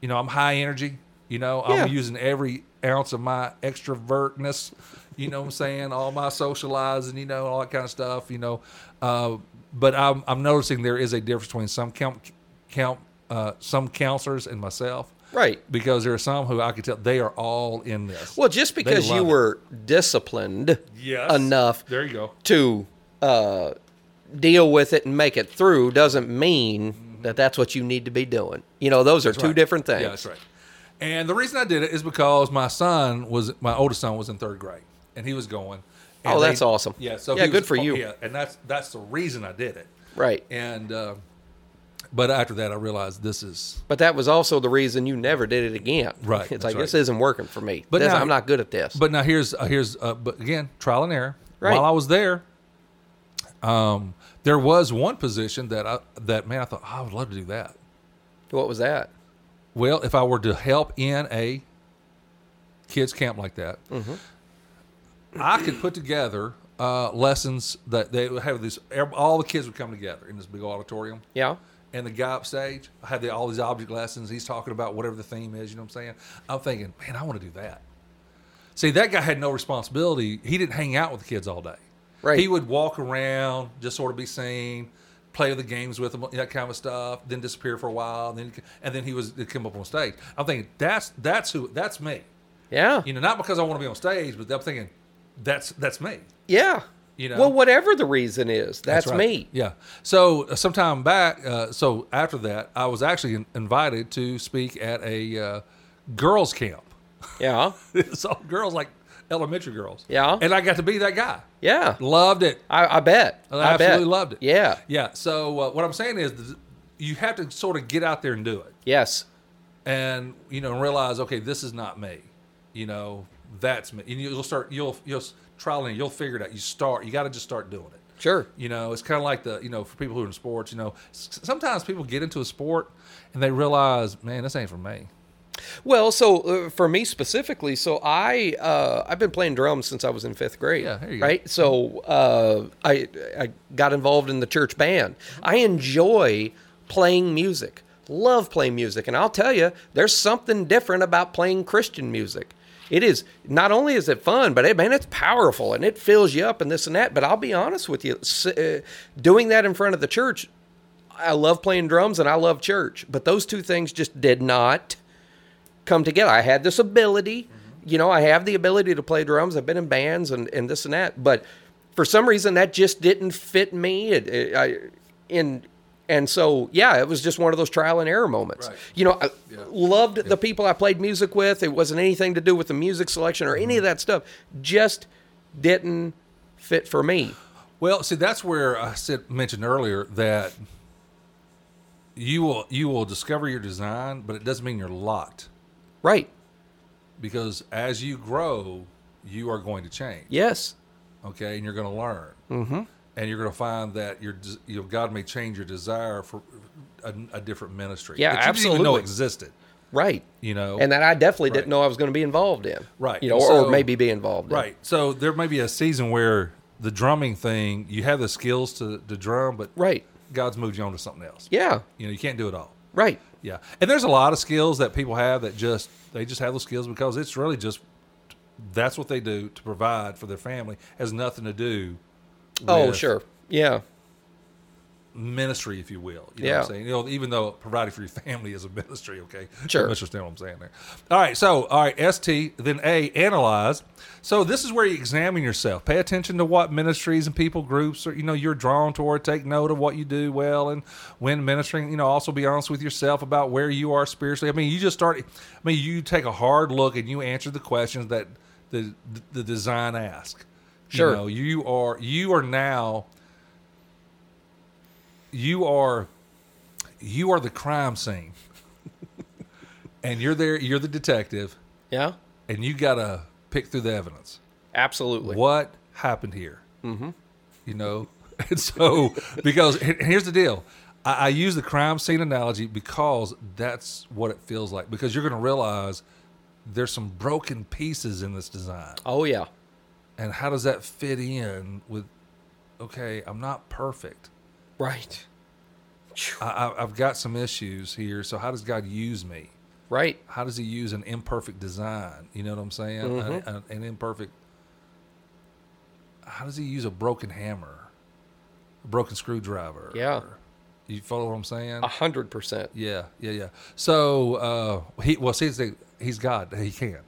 B: You know, I'm high energy. You know,
C: Yeah.
B: I'm using every ounce of my extrovertness, you know what I'm saying? All my socializing, you know, all that kind of stuff, you know. Uh, but I'm, I'm noticing there is a difference between some count, count uh, some counselors and myself.
C: Right.
B: Because there are some who I could tell they are all in this.
C: Well, just because
B: love
C: you
B: it.
C: were disciplined
B: Yes.
C: enough
B: There you go.
C: to uh, deal with it and make it through doesn't mean that that's what you need to be doing. You know, those are two
B: right.
C: different things.
B: Yeah, Mm-hmm. that's right. And the reason I did it is because my son was my oldest son was in third grade, and he was going. and
C: Oh, that's awesome.
B: Yeah, so
C: Yeah,
B: he
C: good
B: was-
C: for you.
B: Yeah, and that's that's the reason I did it.
C: Right.
B: And uh, but after that, I realized this is
C: But that was also the reason you never did it again.
B: Right,
C: It's
B: that's
C: like
B: right.
C: this isn't working for me.
B: But
C: But
B: now-
C: I'm not good at this.
B: But now here's uh, here's uh, but again trial and error.
C: Right.
B: While I was there, um, there was one position that I that man I thought "Oh, I would love to do that.
C: what was that?
B: Well, if I were to help in a kids camp like that, I could put together uh, lessons that they would have these. All the kids would come together in this big auditorium
C: Yeah.
B: and the guy upstage I had the, all these object lessons. He's talking about whatever the theme is. You know what I'm saying? I'm thinking, man, I want to do that. See, that guy had no responsibility. He didn't hang out with the kids all day.
C: Right.
B: He would walk around, just sort of be seen, play the games with them, that kind of stuff, then disappear for a while, and then and then he was he'd come up on stage. I'm thinking that's that's who that's me.
C: Yeah.
B: You know, not because I want to be on stage, but I'm thinking that's that's me.
C: yeah.
B: You know.
C: Well, whatever the reason is, that's,
B: right.
C: me.
B: Yeah. So uh, sometime back, uh, so after that, I was actually in- invited to speak at a uh, girls' camp.
C: Yeah.
B: it's all girls, like elementary girls.
C: Yeah.
B: And I got to be that guy.
C: Yeah.
B: Loved it.
C: I, I bet.
B: I,
C: bet.
B: absolutely loved it.
C: Yeah.
B: Yeah. So uh, what I'm saying is, th- you have to sort of get out there and do it,
C: Yes.
B: and you know, realize, okay, this is not me. You know, that's me. And you'll start. You'll you'll s- trial and you'll figure it out. You start. You got to just start doing it.
C: Sure.
B: You know, it's kind of like the you know for people who are in sports. You know, s- sometimes people get into a sport and they realize, man, this ain't for me.
C: Well, so uh, for me specifically, so I uh, I've been playing drums since I was in fifth grade.
B: Yeah, there you go.
C: right. So uh, I I got involved in the church band. I enjoy playing music. Love playing music, and I'll tell you, there's something different about playing Christian music. It is not only is it fun, but it, man, it's powerful and it fills you up and this and that. But I'll be honest with you, s- uh, doing that in front of the church, I love playing drums and I love church, but those two things just did not come together. I had this ability, you know, I have the ability to play drums. I've been in bands and, and this and that, but for some reason that just didn't fit me. It, it- I in and so yeah, it was just one of those trial and error moments.
B: Right.
C: You know, I loved the people I played music with. It wasn't anything to do with the music selection or any of that stuff. Just didn't fit for me.
B: Well, see, that's where I said mentioned earlier that you will you will discover your design, but it doesn't mean you're locked
C: Right.
B: because as you grow, you are going to change.
C: Yes.
B: okay, and you're going to learn, mm-hmm. and you're going to find that your des- you know, God may change your desire for a, a different ministry.
C: Yeah,
B: that you didn't even know
C: absolutely.
B: existed.
C: Right.
B: You know,
C: and that I definitely
B: Oh, Right.
C: didn't know I was going to be involved in.
B: Right.
C: You know,
B: So-
C: or maybe be involved in.
B: right. So there may be a season where the drumming thing, you have the skills to, to drum, but
C: Right.
B: God's moved you on to something else.
C: Yeah.
B: you know, you can't do it all.
C: Right.
B: Yeah, and there's a lot of skills that people have that just they just have those skills because it's really just that's what they do to provide for their family has nothing to do.
C: Oh,
B: with
C: sure. Yeah.
B: ministry, if you will. You know what
C: Yeah.
B: I'm saying? You know, even though providing for your family is a ministry, okay?
C: Sure.
B: You understand what I'm saying there. All right, so, all right, ST, then A, analyze. So this is where you examine yourself. Pay attention to what ministries and people groups are, you know, you're drawn toward. Take note of what you do well and when ministering, you know, also be honest with yourself about where you are spiritually. I mean, you just start, I mean, you take a hard look and you answer the questions that the, the design asks.
C: Sure.
B: You know, you are, you are now you are you are the crime scene and you're there you're the detective
C: Yeah.
B: and you gotta pick through the evidence
C: Absolutely.
B: what happened here mm-hmm. you know and so because and here's the deal I, I use the crime scene analogy because that's what it feels like because you're gonna realize there's some broken pieces in this design
C: Oh, yeah.
B: and how does that fit in with okay i'm not perfect
C: Right.
B: I, I- I've got some issues here, so how does God use me?
C: Right.
B: how does he use an imperfect design? You know what I'm saying? An- an- an imperfect. How does he use a broken hammer, a broken screwdriver?
C: Yeah. Ah.
B: You follow what I'm saying?
C: A hundred percent.
B: Yeah, yeah, yeah. So uh, he well, see, he's the- he's God. He can.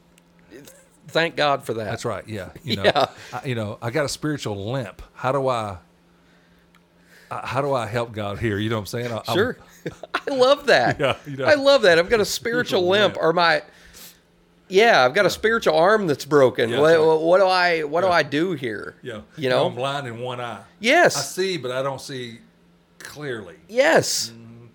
C: Thank God for that.
B: That's right. Yeah. You know,
C: Yeah.
B: I, you know, I got a spiritual limp. How do I? I- How do I help God here? You know what I'm saying? I, I'm-
C: Sure. I love that.
B: Yeah, you know.
C: I love that. I've got a spiritual limp
B: limp.
C: or my Yeah, I've got a spiritual arm that's broken.
B: Yeah,
C: what,
B: that's right.
C: what do I what do
B: Yeah.
C: I do here?
B: yeah.
C: You
B: I'm
C: know?
B: blind in one eye. I
C: Yes.
B: see, but I don't see clearly.
C: Yes.
B: Mm.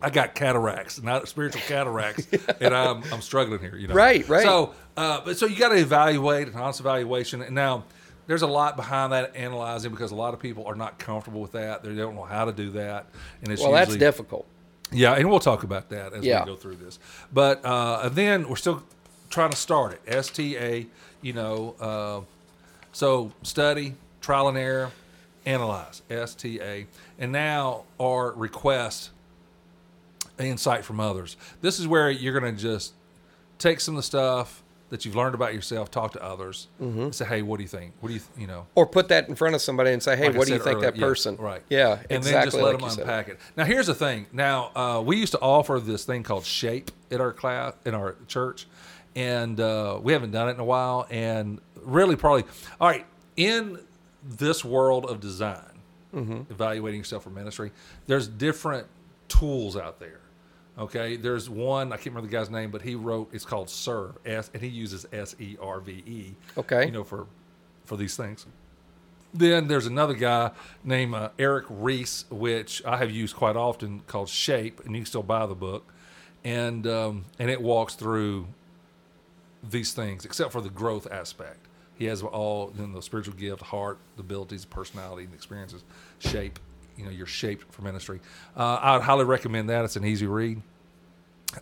B: I got cataracts, not spiritual cataracts, and I'm I'm struggling here. You know,
C: Right, right.
B: So, uh, but so you got to evaluate an honest evaluation, and now there's a lot behind that analyzing because a lot of people are not comfortable with that. They don't know how to do that, and it's
C: Well, that's
B: usually-
C: difficult.
B: yeah, and we'll talk about that as
C: Yeah.
B: we go through this. But uh, and then we're still trying to start it. STA, you know, uh, so study, trial and error, analyze, STA, and now our request insight from others. This is where you're going to just take some of the stuff that you've learned about yourself, talk to others, and say, hey, what do you think? What do you, th- you know?
C: Or put that in front of somebody and say, "Hey,
B: like I
C: what do you
B: said
C: think
B: earlier,
C: that
B: yeah,
C: person?"
B: right.
C: Yeah,
B: And
C: exactly.
B: then just let
C: like
B: them
C: you said.
B: unpack it. Now, here's the thing. Now, uh, we used to offer this thing called Shape in our class, in our church, and uh, we haven't done it in a while. And really, probably, all right, in this world of design,
C: Mm-hmm.
B: evaluating yourself for ministry, there's different tools out there. Okay, there's one I can't remember the guy's name, but he wrote it's called Serve S, and he uses S E R V E.
C: Okay.
B: you know for for these things. Then there's another guy named uh, Eric Reese, which I have used quite often, called Shape, and you can still buy the book, and um, and it walks through these things, except for the growth aspect. He has all you know, the spiritual gift, heart, abilities, personality, and experiences. Shape, you know, you're shaped for ministry. Uh, I'd highly recommend that. It's an easy read.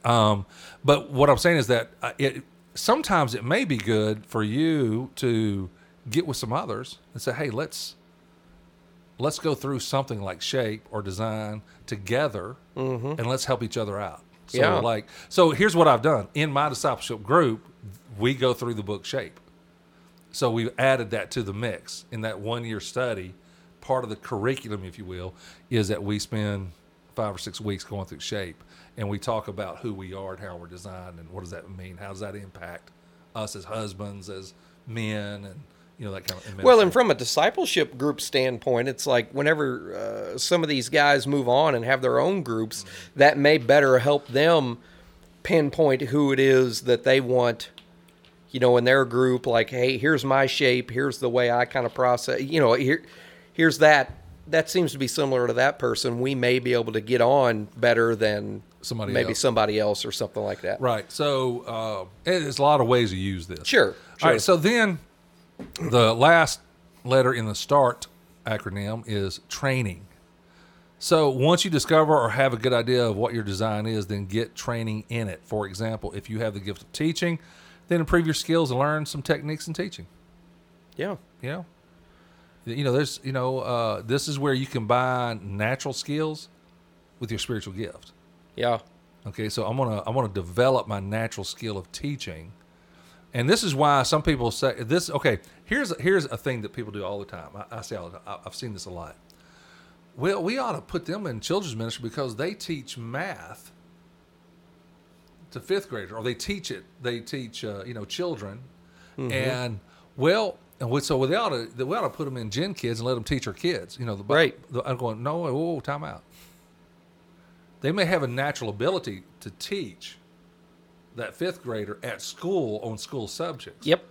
B: Um, but what I'm saying is that uh, it sometimes it may be good for you to get with some others and say, "Hey, let's let's go through something like shape or design together, and let's help each other out." So,
C: Yeah.
B: like, so here's what I've done in my discipleship group: we go through the book shape. So we've added that to the mix in that one year study. Part of the curriculum, if you will, is that we spend five or six weeks going through shape and we talk about who we are and how we're designed and what does that mean? How does that impact us as husbands, as men, and you know, that kind of.
C: Well, and from a discipleship group standpoint, it's like whenever uh, some of these guys move on and have their own groups,
B: Mm-hmm.
C: that may better help them pinpoint who it is that they want, you know, in their group. Like, hey, here's my shape. Here's the way I kind of process. You know, here, here's that. That seems to be similar to that person. We may be able to get on better than
B: Somebody
C: maybe
B: else.
C: somebody else or something like that.
B: Right. So uh, it- there's a lot of ways to use this.
C: Sure,
B: All
C: sure.
B: right. So then the last letter in the START acronym is training. So once you discover or have a good idea of what your design is, then get training in it. For example, if you have the gift of teaching, then improve your skills and learn some techniques in teaching
C: Yeah.
B: you know you know there's you know uh, this is where you combine natural skills with your spiritual gift
C: Yeah.
B: okay so i'm gonna i'm gonna develop my natural skill of teaching and this is why some people say this okay here's here's a thing that people do all the time i, I say all the time, I- i've seen this a lot well we ought to put them in children's ministry because they teach math to fifth grader or they teach it they teach uh, you know children and well and we, so we ought to we ought to put them in gen kids and let them teach our kids you know the,
C: Right.
B: the, i'm going no whoa, whoa time out they may have a natural ability to teach that fifth grader at school on school subjects
C: Yep.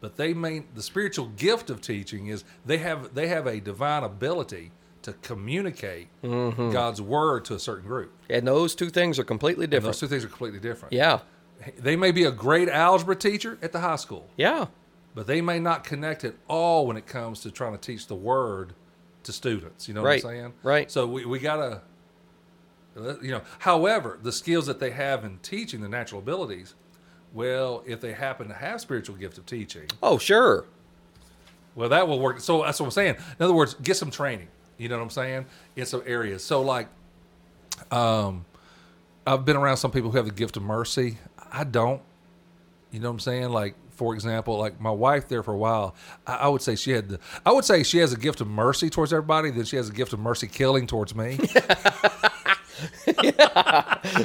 B: but they may the spiritual gift of teaching is they have they have a divine ability to communicate god's word to a certain group
C: And those two things are completely different.
B: those two things are completely different
C: yeah.
B: they may be a great algebra teacher at the high school
C: Yeah.
B: but they may not connect at all when it comes to trying to teach the word to students. You know
C: Right,
B: what I'm saying?
C: right.
B: So we, we gotta, uh, you know. However, the skills that they have in teaching, the natural abilities, well, if they happen to have spiritual gift of teaching,
C: Oh, sure.
B: well, that will work. So that's what I'm saying. In other words, get some training. You know what I'm saying? In some areas. So like, um, I've been around some people who have the gift of mercy. I don't. You know what I'm saying? Like, for example, like my wife there for a while, I, I would say she had the, I would say she has a gift of mercy towards everybody, then she has a gift of mercy killing towards me.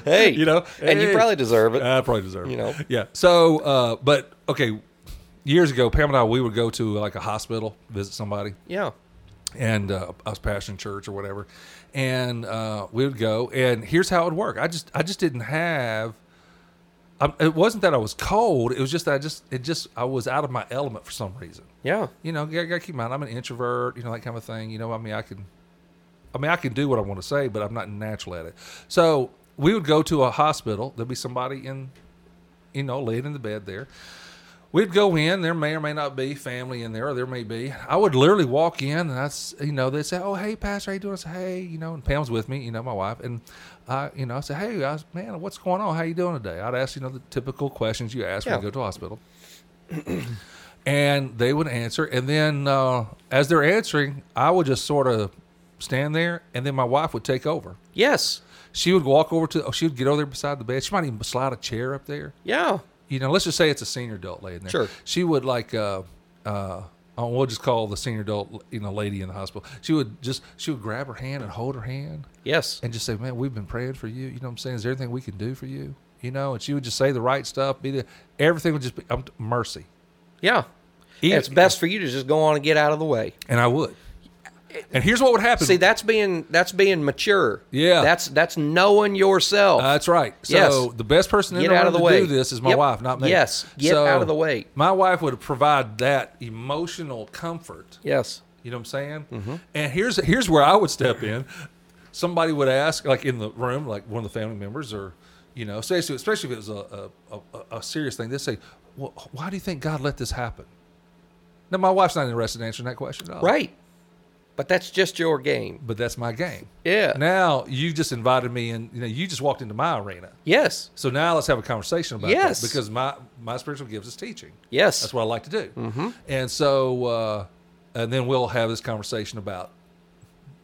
C: Hey,
B: You know,
C: and you
B: hey.
C: probably deserve it.
B: I probably deserve
C: You
B: it.
C: know.
B: Yeah. So, uh, but okay, years ago, Pam and I, we would go to like a hospital, visit somebody,
C: yeah,
B: and uh, I was pastoring church or whatever, and uh, we would go. And here's how it would work. I just, I just didn't have. I, it wasn't that I was cold. It was just that I just, it just, I was out of my element for some reason.
C: yeah,
B: You know, you gotta keep in mind, I'm an introvert. You know, that kind of thing. You know, I mean, I can, I mean, I can do what I want to say, but I'm not natural at it. So we would go to a hospital. There'd be somebody in, you know, laying in the bed there. We'd go in. There may or may not be family in there, or there may be. I would literally walk in, and I, s- you know, they'd say, "Oh, hey, Pastor, how you doing?" I say, "Hey," you know, and Pam's with me, you know, my wife, and I, you know, I say, "Hey, I, man, what's going on? How you doing today?" I'd ask, you know, the typical questions you ask
C: Yeah.
B: when you go to a hospital and they would answer. And then uh, as they're answering, I would just sort of stand there, and then my wife would take over.
C: yes,
B: She would walk over to, oh, she would get over there beside the bed. She might even slide a chair up there.
C: yeah,
B: You know, let's just say it's a senior adult laying there.
C: Sure.
B: She would like, uh, uh, oh, we'll just call the senior adult, you know, lady in the hospital. She would just, she would grab her hand and hold her hand
C: yes,
B: and just say, "Man, we've been praying for you. You know what I'm saying? Is there anything we can do for you? You know?" And she would just say the right stuff. Be the, everything would just be um, mercy.
C: yeah.
B: Even-
C: it's best for you to just go on and get out of the way.
B: and I would. And here's what would happen.
C: See, that's being that's being mature.
B: Yeah.
C: that's that's knowing yourself.
B: Uh, that's right. So
C: Yes.
B: the best person in
C: Get
B: the
C: out
B: room
C: of the
B: to
C: way.
B: do this is my
C: Yep.
B: wife, not me.
C: Yes. Get
B: So
C: out of the way.
B: My wife would provide that emotional comfort.
C: yes,
B: You know what I'm saying?
C: Mm-hmm.
B: And here's here's where I would step in. Somebody would ask, like in the room, like one of the family members, or you know, especially especially if it was a a, a, a serious thing, they'd say, "Well, why do you think God let this happen?" Now, my wife's not interested in answering that question. At all.
C: right. But that's just your game.
B: But that's my game.
C: Yeah.
B: Now you just invited me in. You know, you just walked into my arena.
C: Yes,
B: So now let's have a conversation about
C: Yes.
B: that because my my spiritual gift is teaching.
C: yes.
B: That's what I like to do. Mm-hmm. And so, uh, and then we'll have this conversation about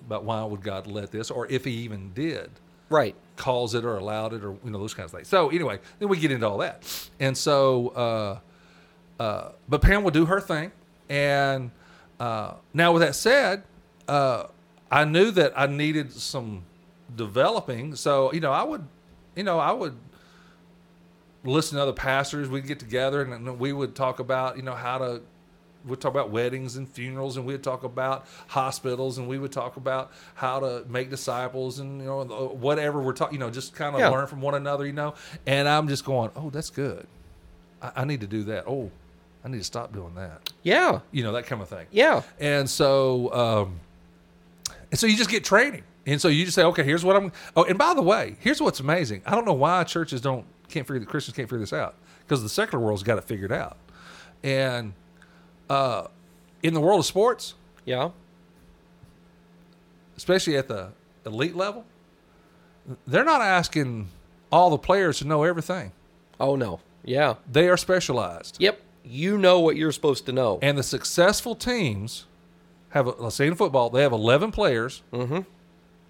B: about why would God let this, or if He even did
C: right.
B: cause it or allowed it, or you know those kinds of things. So anyway, then we get into all that, and so, uh, uh, but Pam will do her thing, and uh, now with that said, uh, I knew that I needed some developing. So you know, I would, you know, I would listen to other pastors. We'd get together and then we would talk about, you know, how to. We'd talk about weddings and funerals, and we'd talk about hospitals, and we would talk about how to make disciples, and you know, uh, whatever we're talking, you know, just kind of
C: Yeah.
B: learn from one another, you know. And I'm just going, oh, that's good. I, I need to do that. Oh, I need to stop doing that.
C: Yeah,
B: You know, that kind of thing.
C: yeah,
B: And so, um, and so you just get training. And so you just say, okay, here's what I'm. Oh, and by the way, here's what's amazing. I don't know why churches don't can't figure the Christians can't figure this out because the secular world's got it figured out. And uh, in the world of sports,
C: yeah.
B: especially at the elite level, they're not asking all the players to know everything.
C: Oh no. Yeah.
B: They are specialized.
C: Yep. You know what you're supposed to know.
B: And the successful teams have, a, let's say in football, they have 11 players
C: Mm-hmm.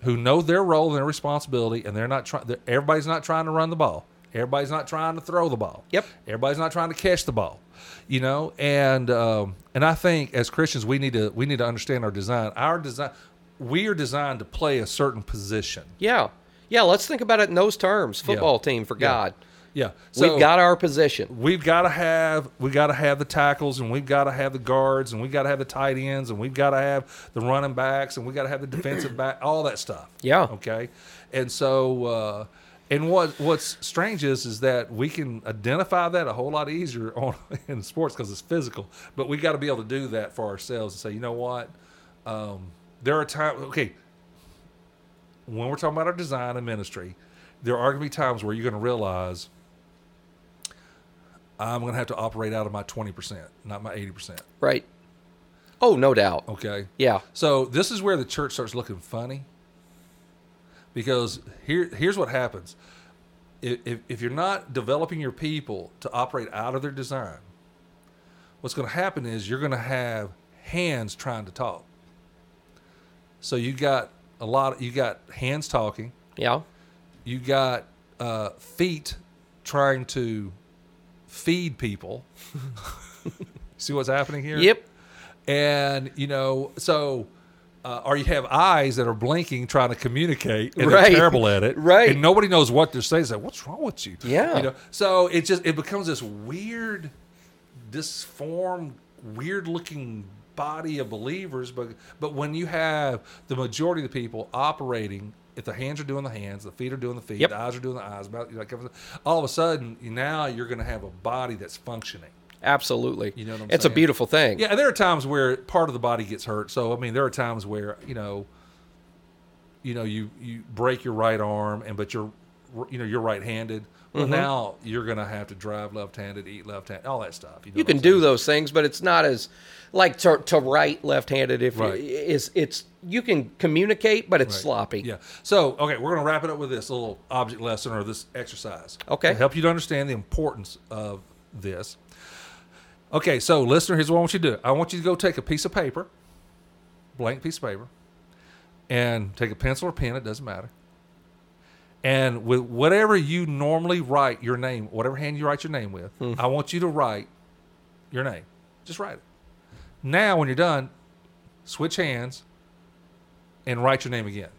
B: who know their role and their responsibility, and they're not trying, everybody's not trying to run the ball. Everybody's not trying to throw the ball.
C: Yep.
B: Everybody's not trying to catch the ball, you know. And um, and I think as Christians we need to we need to understand our design. Our design, we are designed to play a certain position.
C: Yeah. Yeah, let's think about it in those terms. Football team for
B: Yeah.
C: God.
B: Yeah. So
C: We've got our position.
B: we've got to have we got to have the tackles and we've got to have the guards and we've got to have the tight ends and we've got to have the running backs and we got to have the defensive back all that stuff
C: Yeah.
B: okay and so uh and what what's strange is is that we can identify that a whole lot easier on in sports because it's physical but we got to be able to do that for ourselves and say you know what um there are times okay when we're talking about our design and ministry there are going to be times where you're going to realize I'm going to have to operate out of my 20%, not my 80%.
C: Right. Oh, no doubt.
B: Okay.
C: Yeah.
B: So this is where the church starts looking funny because here here's what happens. If, if, if you're not developing your people to operate out of their design, what's going to happen is you're going to have hands trying to talk. So you got a lot, you got hands talking,
C: Yeah.
B: you got uh, feet trying to feed people. See what's happening here?
C: Yep.
B: And, you know, so. Uh, or you have eyes that are blinking, trying to communicate, and
C: Right.
B: they're terrible at it.
C: Right.
B: and nobody knows what they're saying. It's like, what's wrong with you?
C: Yeah.
B: you know. So it just it becomes this weird, disformed, weird-looking body of believers. But but when you have the majority of the people operating, if the hands are doing the hands, the feet are doing the feet,
C: Yep.
B: the eyes are doing the eyes, mouth, like all of a sudden now you're going to have a body that's functioning.
C: Absolutely.
B: You know what I'm
C: it's a
B: saying?
C: beautiful thing.
B: Yeah, there are times where part of the body gets hurt. So I mean, there are times where you know, you know, you you break your right arm, and but you're you know you're right-handed. Well,
C: Mm-hmm.
B: now you're gonna have to drive left-handed, eat left-handed, all that stuff. know
C: You
B: what
C: can
B: I'm saying?
C: do those things, but it's not as like to, to write left-handed. If
B: Right.
C: you, is it's you can communicate, but it's
B: Right.
C: sloppy.
B: Yeah. So okay, we're gonna wrap it up with this little object lesson or this exercise.
C: Okay.
B: To help you to understand the importance of this. Okay, so listener, here's what I want you to do. I want you to go take a piece of paper, blank piece of paper, and take a pencil or pen, it doesn't matter. And with whatever you normally write your name, whatever hand you write your name with, I want you to write your name. Just write it. Now, when you're done, switch hands and write your name again.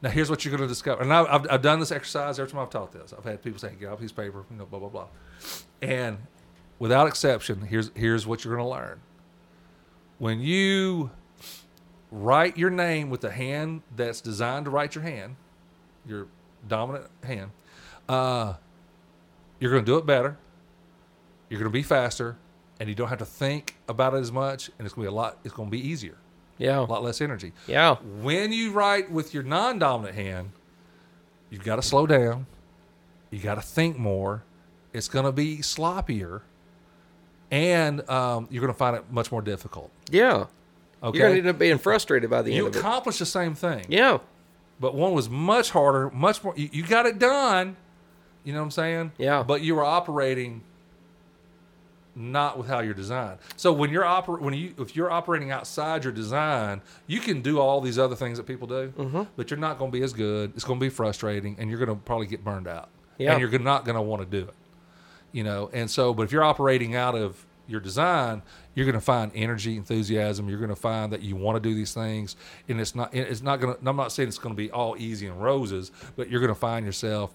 B: Now, here's what you're going to discover. And I- I've, I've done this exercise every time I've taught this. I've had people saying, get out a piece of paper, you know, blah, blah, blah. And without exception, here's, here's what you're going to learn. When you write your name with the hand that's designed to write your hand, your dominant hand, uh, you're going to do it better. You're going to be faster, and you don't have to think about it as much. And it's going to be a lot. It's going to be easier,
C: Yeah.
B: a lot less energy.
C: Yeah.
B: When you write with your non-dominant hand, you've got to slow down. You got to think more. It's going to be sloppier, and um, you're going to find it much more difficult.
C: Yeah.
B: Okay,
C: You're gonna end up being frustrated by the
B: you
C: end of it.
B: accomplish the same thing.
C: Yeah.
B: but one was much harder, much more. You, you got it done. You know what I'm saying?
C: Yeah.
B: But you were operating not with how you're designed. So when you're oper- when you if you're operating outside your design, you can do all these other things that people do,
C: Mm-hmm.
B: but you're not going to be as good. It's going to be frustrating, and you're going to probably get burned out.
C: Yeah.
B: And you're gonna- not going to want to do it. You know. And so, but if you're operating out of your design, you're going to find energy, enthusiasm. You're going to find that you want to do these things, and it's not. and It's not going to. I'm not saying it's going to be all easy and roses, but you're going to find yourself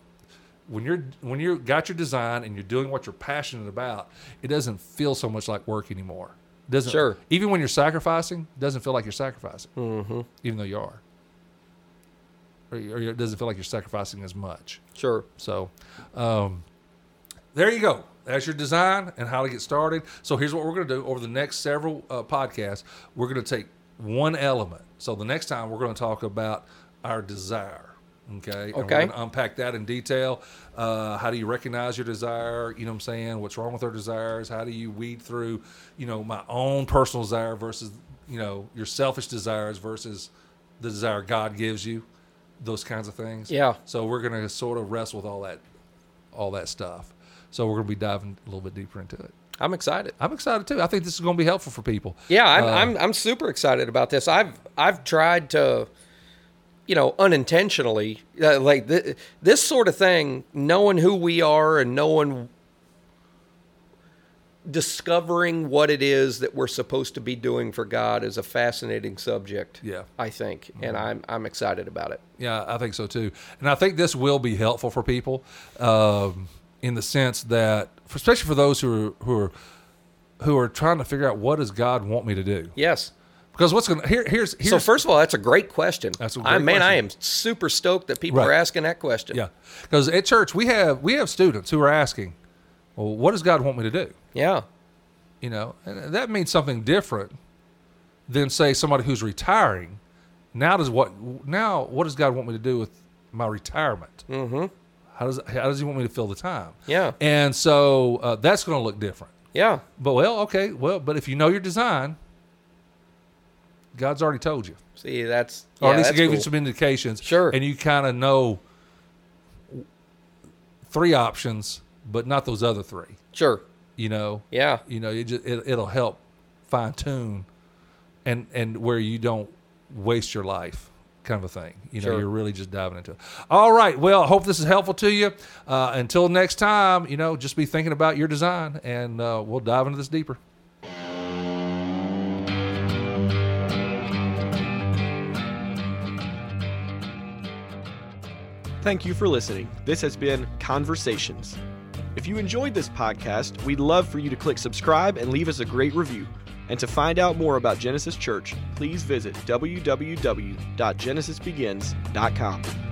B: when you're when you got your design and you're doing what you're passionate about, it doesn't feel so much like work anymore. It doesn't
C: Sure.
B: even when you're sacrificing, it doesn't feel like you're sacrificing, mm-hmm. even though you are. Or, you- or it doesn't feel like you're sacrificing as much.
C: Sure.
B: So, um, there you go. That's your design and how to get started. So here's what we're going to do over the next several uh, podcasts. We're going to take one element. So the next time we're going to talk about our desire. Okay. And we're
C: Okay.
B: gonna unpack that in detail. Uh, how do you recognize your desire? You know what I'm saying? What's wrong with our desires? How do you weed through, you know, my own personal desire versus, you know, your selfish desires versus the desire God gives you? Those kinds of things.
C: Yeah.
B: So we're going to sort of wrestle with all that, all that stuff. So we're going to be diving a little bit deeper into it.
C: I'm excited.
B: I'm excited too. I think this is going to be helpful for people.
C: Yeah, I'm,
B: Uh,
C: I'm I'm super excited about this. I've I've tried to, you know, unintentionally uh, like th- this sort of thing, knowing who we are and knowing discovering what it is that we're supposed to be doing for God is a fascinating subject.
B: Yeah. Mm-hmm.
C: I think, and I'm I'm excited about it.
B: Yeah, I think so too. And I think this will be helpful for people um, in the sense that, especially for those who are who are who are trying to figure out what does God want me to do.
C: Yes.
B: Because what's going to here here's here's
C: so first of all, that's a great question.
B: That's a
C: I
B: great
C: man, I
B: question.
C: am super stoked that people
B: Right.
C: are asking that question.
B: yeah. Because at church we have we have students who are asking, well, what does God want me to do?
C: Yeah.
B: you know and that means something different than say somebody who's retiring now does what now what does god want me to do with my retirement mm-hmm. how does how does he want me to fill the time
C: Yeah.
B: and so uh, that's going to look different
C: Yeah.
B: but well okay well but if you know your design god's already told you
C: See, that's
B: or at
C: yeah,
B: least he
C: that's
B: gave you
C: cool.
B: some indications
C: Sure.
B: and you kind of know three options but not those other three
C: Sure.
B: you know
C: Yeah.
B: you know it just it, it'll help fine tune and and where you don't waste your life kind of a thing. You know,
C: Sure.
B: you're really just diving into it. All right. Well, hope this is helpful to you. Uh, until next time, you know, just be thinking about your design, and uh, we'll dive into this deeper.
A: Thank you for listening. This has been Conversations. If you enjoyed this podcast, we'd love for you to click subscribe and leave us a great review. And to find out more about Genesis Church, please visit www.genesisbegins.com.